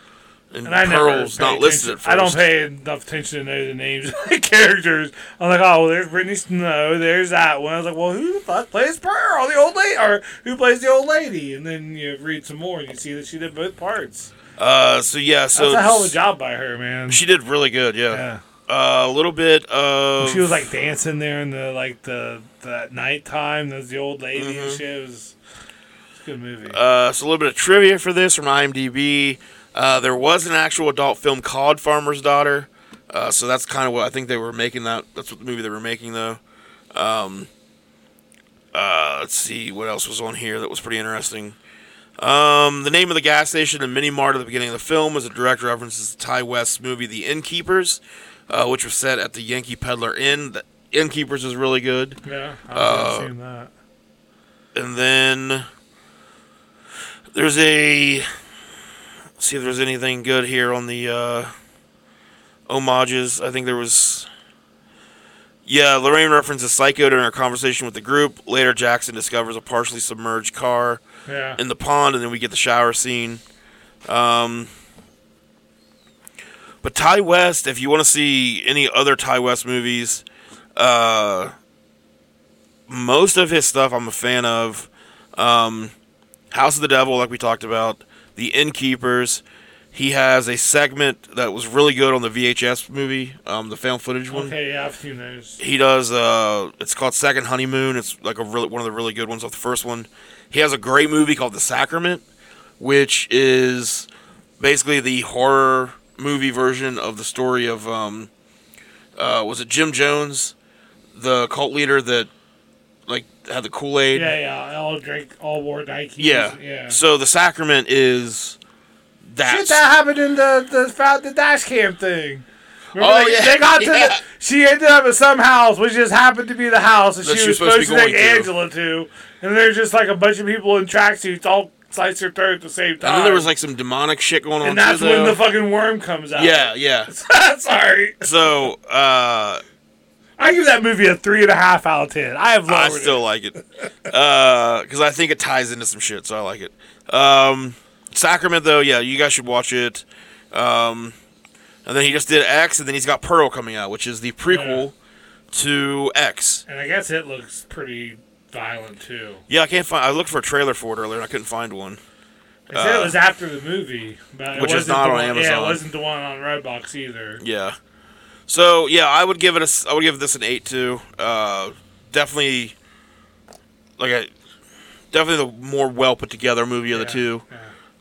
and,
And I never
Pearl's
pay
not listed at
attention-
first.
I don't pay enough attention to know the names of the [laughs] characters. I'm like, oh, well, there's Brittany Snow, there's that one. I was like, well, who the fuck plays Pearl, the old lady, or who plays the old lady? And then you read some more and you see that she did both parts.
Uh, so yeah, so
That's a hell of a job by her, man.
she did really good. Yeah,
yeah.
Uh, a little bit of
She was like dancing there in the like the that nighttime. There's the old lady and shit. It was, it's a good movie.
Mm-hmm. Uh, so a little bit of trivia for this from IMDb. Uh, there was an actual adult film called Farmer's Daughter. Uh, so that's kind of what I think they were making that. That's what the movie they were making though. Um, uh, let's see what else was on here that was pretty interesting. Um, the name of the gas station and mini mart at the beginning of the film was a direct reference to Ty West's movie The Innkeepers, uh, which was set at the Yankee Peddler Inn. The Innkeepers is really good.
yeah,
uh,
I've seen that.
And then there's a let's see if there's anything good here on the uh, homages. I think there was yeah. Lorraine references Psycho during her conversation with the group. Later, Jackson discovers a partially submerged car
Yeah.
in the pond, and then we get the shower scene. Um, but Ty West, if you want to see any other Ty West movies, uh, most of his stuff I'm a fan of. Um, House of the Devil, like we talked about, The Innkeepers. He has a segment that was really good on the VHS movie, um, the found footage one
Okay, yeah, I've seen those.
he does uh it's called second honeymoon it's like a really one of the really good ones off the first one he has a great movie called the sacrament which is basically the horror movie version of the story of um uh, was it Jim Jones, the cult leader that like had the Kool Aid?
Yeah, yeah. All drink, all wore Nikes.
Yeah.
yeah.
So the sacrament is that.
Shit, that happened in the the found the dash cam thing. Remember
Oh,
they,
yeah,
they got to
yeah.
the, she ended up at some house, which just happened to be the house that,
That
she was supposed, to
be going
take
to.
Angela to, and there's just like a bunch of people in tracksuits all slice their throat at the same time.
and then there was like some demonic shit going on.
and that's
too,
when
though.
the fucking worm comes out.
yeah, yeah.
[laughs] sorry.
So uh,
I give that movie a three and a half out of ten. I have
I
lowered
still like it because I think it ties into some shit, so I like it. Um, Sacrament, though, yeah, you guys should watch it. Um, and then he just did X, and then he's got Pearl coming out, which is the prequel to X.
it, and I guess it looks pretty violent too.
Yeah, I can't find. I looked for a trailer for it earlier, and I couldn't find one.
They said
Uh,
it was after the movie, but it
which is
wasn't
not
the
on
one- Yeah,
Amazon.
it wasn't the one on Redbox either.
Yeah. So yeah, I would give it a. s- I would give this an eight two. Uh, definitely, like a, definitely the more well put together movie of the
Yeah,
two.
yeah.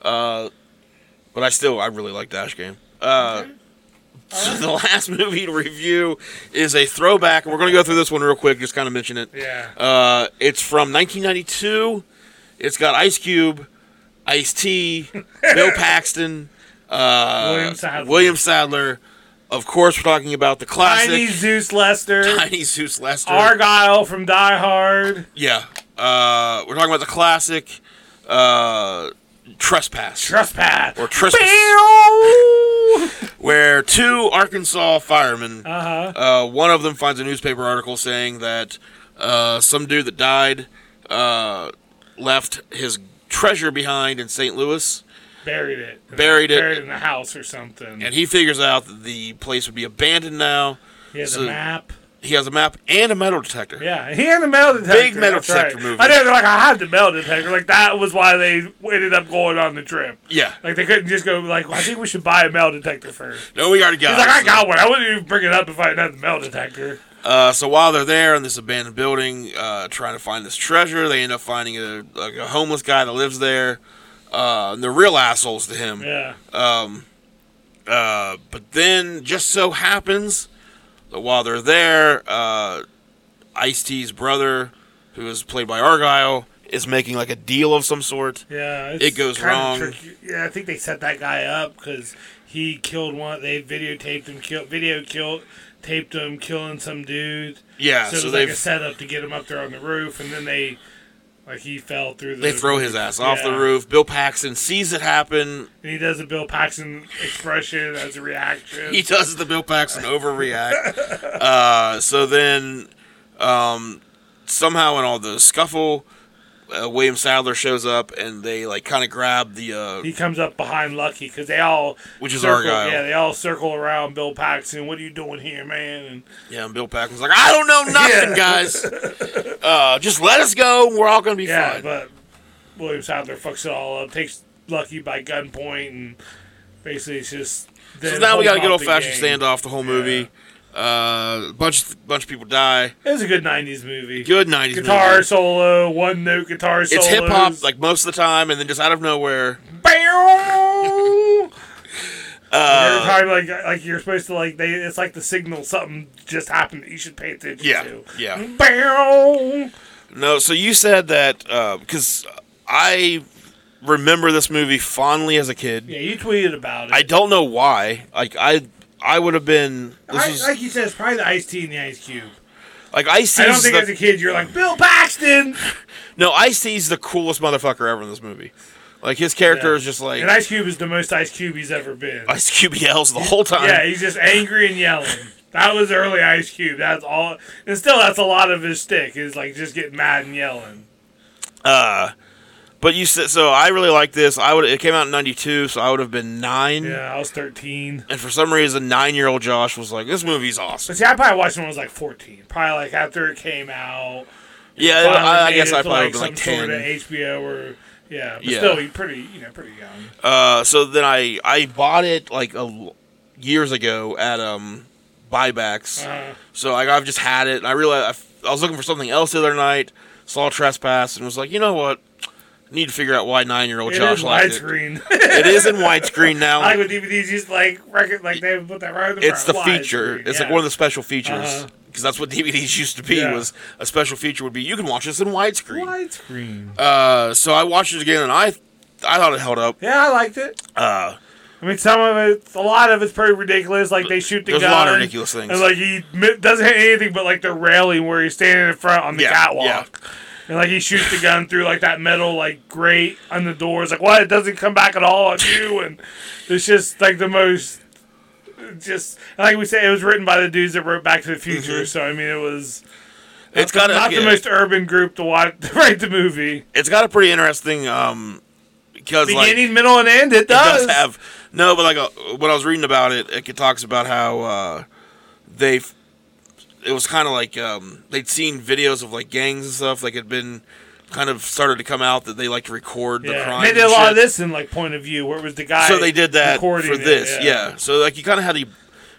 Uh, but I still I really like Dash Game. Uh, so [laughs] the last movie to review is a throwback, and we're gonna go through this one real quick. Just kind of mention it.
Yeah.
Uh, it's from 1992. It's got Ice Cube, Ice
[laughs]
T, Bill Paxton, uh,
William Sadler.
William Sadler. Of course, we're talking about the classic
Tiny Zeus Lester,
Tiny Zeus Lester.
Argyle from Die Hard,
yeah, uh, we're talking about the classic uh, Trespass
Trespass.
or Trespass, where two Arkansas firemen.
Uh huh.
Uh, one of them finds a newspaper article saying that uh, some dude that died uh, left his treasure behind in St. Louis,
Buried it.
Buried it.
Buried in the house or something.
and he figures out that the place would be abandoned now.
he has
so-
a map.
He has a map and a metal detector.
Yeah, he had the metal detector.
Big metal
that's right.
detector movie.
I know. They're like, I had the metal detector. Like that was why they ended up going on the trip.
Yeah.
Like they couldn't just go. Like well, I think we should buy a metal detector first.
No, we already got
He's
it.
like, I
so-
got one. I wouldn't even bring it up if I had the metal detector.
Uh, so while they're there in this abandoned building, uh, trying to find this treasure, they end up finding a, like a homeless guy that lives there. Uh, and they're real assholes to him.
Yeah.
Um, uh, but then just so happens that while they're there, uh, Ice T's brother, who is played by Argyle, is making like a deal of some sort.
Yeah, it's
It goes
kinda
wrong.
tricky. Yeah, I think they set that guy up because he killed one. They videotaped him, kill, video killed, taped him killing some dude.
Yeah, so,
so, it was
they
like a setup to get him up there on the roof, and then they, like, he fell through. The,
they throw his ass off the
Yeah.
roof. Bill Paxton sees it happen.
and he does a Bill Paxton expression as a reaction.
[laughs] He does the Bill Paxton overreact. Uh, so then, um, somehow in all the scuffle, uh, William Sadler shows up and they like kind of grab the uh,
He comes up behind Lucky because they all,
which is
circle,
Argyle.
yeah, they all circle around Bill Paxton. What are you doing here, man? And
Yeah, and Bill Paxton's like, I don't know nothing,
[laughs] Yeah.
guys. Uh, just let us go. We're all gonna be
Yeah,
fine.
but William Sadler fucks it all up, takes Lucky by gunpoint, and basically it's just.
so now we got a good old fashioned
standoff.
standoff the whole movie. Uh, bunch bunch of people die.
It was a good '90s movie.
Good nineties
guitar solo, one note guitar solo.
It's hip hop like most of the time, and then just out of
[laughs]
nowhere,
bam.
Uh,
you're probably like like you're supposed to like they. It's like the signal something just happened that you should pay attention
Yeah,
to.
yeah.
Bam.
no. So you said that because I remember this movie fondly as a kid.
Yeah, you tweeted about it.
I don't know why. Like I I would have been this
I-
is
like you said, it's probably the Ice Tea and the Ice Cube.
like I see
I don't think as a kid you're like Bill Paxton.
no Ice T's the coolest motherfucker ever in this movie. Like his character
Yeah.
is just like
And Ice Cube is the most Ice Cube he's ever been.
Ice Cube yells the whole time.
yeah, he's just angry and yelling. That was early Ice Cube. That's all. And still, that's a lot of his stick is like just getting mad and yelling.
Uh, but you said so. I really like this. I would. It came out in '92, so I would have been nine.
Yeah, I was 13.
And for some reason, nine-year-old Josh was like, "This movie's awesome."
But see, I probably watched it when I was like 14. Probably like after it came out.
Yeah,
Finally
I, I
made
guess
it
I
to,
probably would have been like
some sort of
ten.
HBO or yeah, but
Yeah.
still, he pretty you know pretty young.
Uh, so then I I bought it like a l- years ago at um buybacks.
Uh,
So like I've just had it. And I realized I, f- I was looking for something else the other night. Saw Trespass and was like, you know what? Need to figure out why nine year old
It
Josh
is
liked it.
widescreen.
It is in
[laughs]
widescreen now.
I [laughs] like with DVDs, just like record, like they put that right. in
it's the
front,
feature.
widescreen,
It's like
yeah.
one of the special features
Uh-huh.
because that's what DVDs used to be.
Yeah.
Was a special feature would be you can watch this in widescreen.
widescreen.
Uh, so I watched it again and I, I thought it held up.
Yeah, I liked it.
Uh,
I mean, some of it, a lot of it's pretty ridiculous. Like they shoot the
there's a
gun.
lot of ridiculous things.
And like he mi- doesn't hit anything but like the railing where he's standing in front on the
Yeah,
catwalk.
yeah.
And like he shoots the gun through like that metal like grate on the door. It's like what? It doesn't come back at all on you. And it's just like the most. Just and like we said, it was written by the dudes that wrote Back to the Future. So I mean, it was
Mm-hmm. it's got
not
a,
the most urban group to watch [laughs] to write the movie.
It's got a pretty interesting um, because like
Beginning, middle, and end. It does.
does have no, but like uh, when I was reading about it, it talks about how uh, they it was kind of like um, they'd seen videos of like gangs and stuff like had been kind of started to come out that they like to record the
Yeah.
crime.
And they did a
and
lot
shit.
of this in like point of view where it was the guy.
So they did that for
recording it,
this, yeah. So like you kind of had to,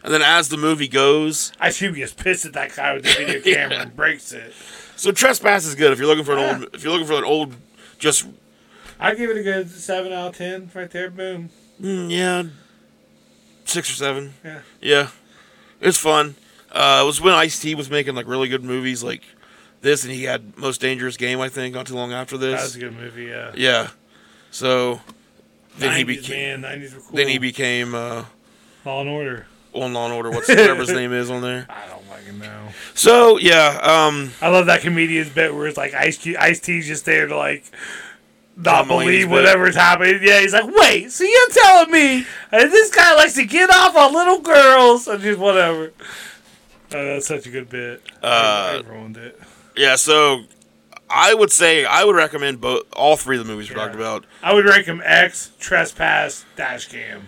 and then as the movie goes,
I assume he gets pissed at that guy with the
[laughs]
video
Yeah.
camera and breaks it.
so trespass is good if you're looking for an
Yeah.
old if you're looking for an old just
I give it a good seven out of ten right there. Boom.
mm, yeah six or seven
Yeah.
yeah it's fun. Uh, it was when Ice T was making like really good movies like this, and he had Most Dangerous Game I think not too long after
That was
this.
a good movie. uh, Yeah.
Yeah, so then
90s,
he became
man, 90s were cool.
then he became uh,
Law and Order.
on Law and Order
[laughs]
what's whatever his name is on there.
I don't fucking know.
So yeah, um,
I love that comedian's bit where it's like Ice Cube, Ice T's just there to like not
John Mulaney's
believe
bit.
whatever's happening. Yeah, he's like, wait, so you're telling me uh, this guy likes to get off on little girls and just whatever. Oh, that's such a good bit.
Uh,
I ruined it.
Yeah, so I would say I would recommend both all three of the movies we talked
Yeah.
about. [laughs]
I would rank him X, Trespass, Dash Cam.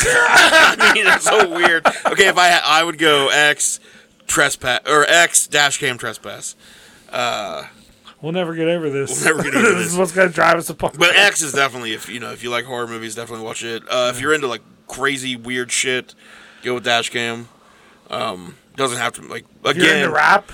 I mean, that's so weird. Okay, if I I would go X trespass or X dash cam trespass,
We'll never get over this.
We'll never
[laughs]
get over
this
this.
is what's gonna drive us apart.
but X is definitely if you know if you like horror movies, definitely watch it. Uh, if you're into like crazy weird shit, go with dash cam. Um, doesn't have to like
If you're into
again.
rap.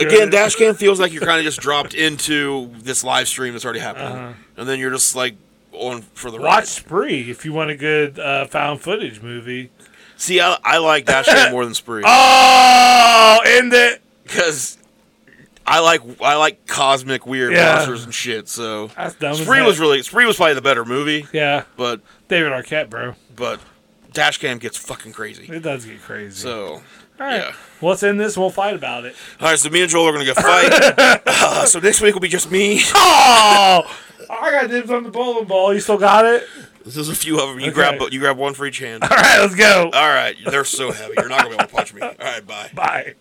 Again, dash cam feels like you're kind of just dropped into this live stream that's already happening, and then you're just like on for the
Uh-huh. Watch
ride.
Spree if you want a good uh, found footage movie.
See, I, I like dash cam more than
[laughs]
Spree.
Oh, end it.
because I like I like cosmic weird
Yeah.
monsters and shit. So
That's dumb. as
Spree
heck.
was really Spree was probably the better movie,
yeah,
but
David Arquette, bro.
but Dashcam gets fucking crazy.
It does get crazy.
So
All right.
yeah.
Well, let's end this and we'll fight about it.
all right, so me and Joel are [laughs] gonna go fight. Uh, so next week will be just me.
[laughs] Oh, I got dibs on the bowling ball. You still got it?
There's a few of them. You
Okay.
grab you grab one for each hand.
All right, let's go.
All right, they're so heavy. You're not gonna be able to punch me. All right, bye.
Bye.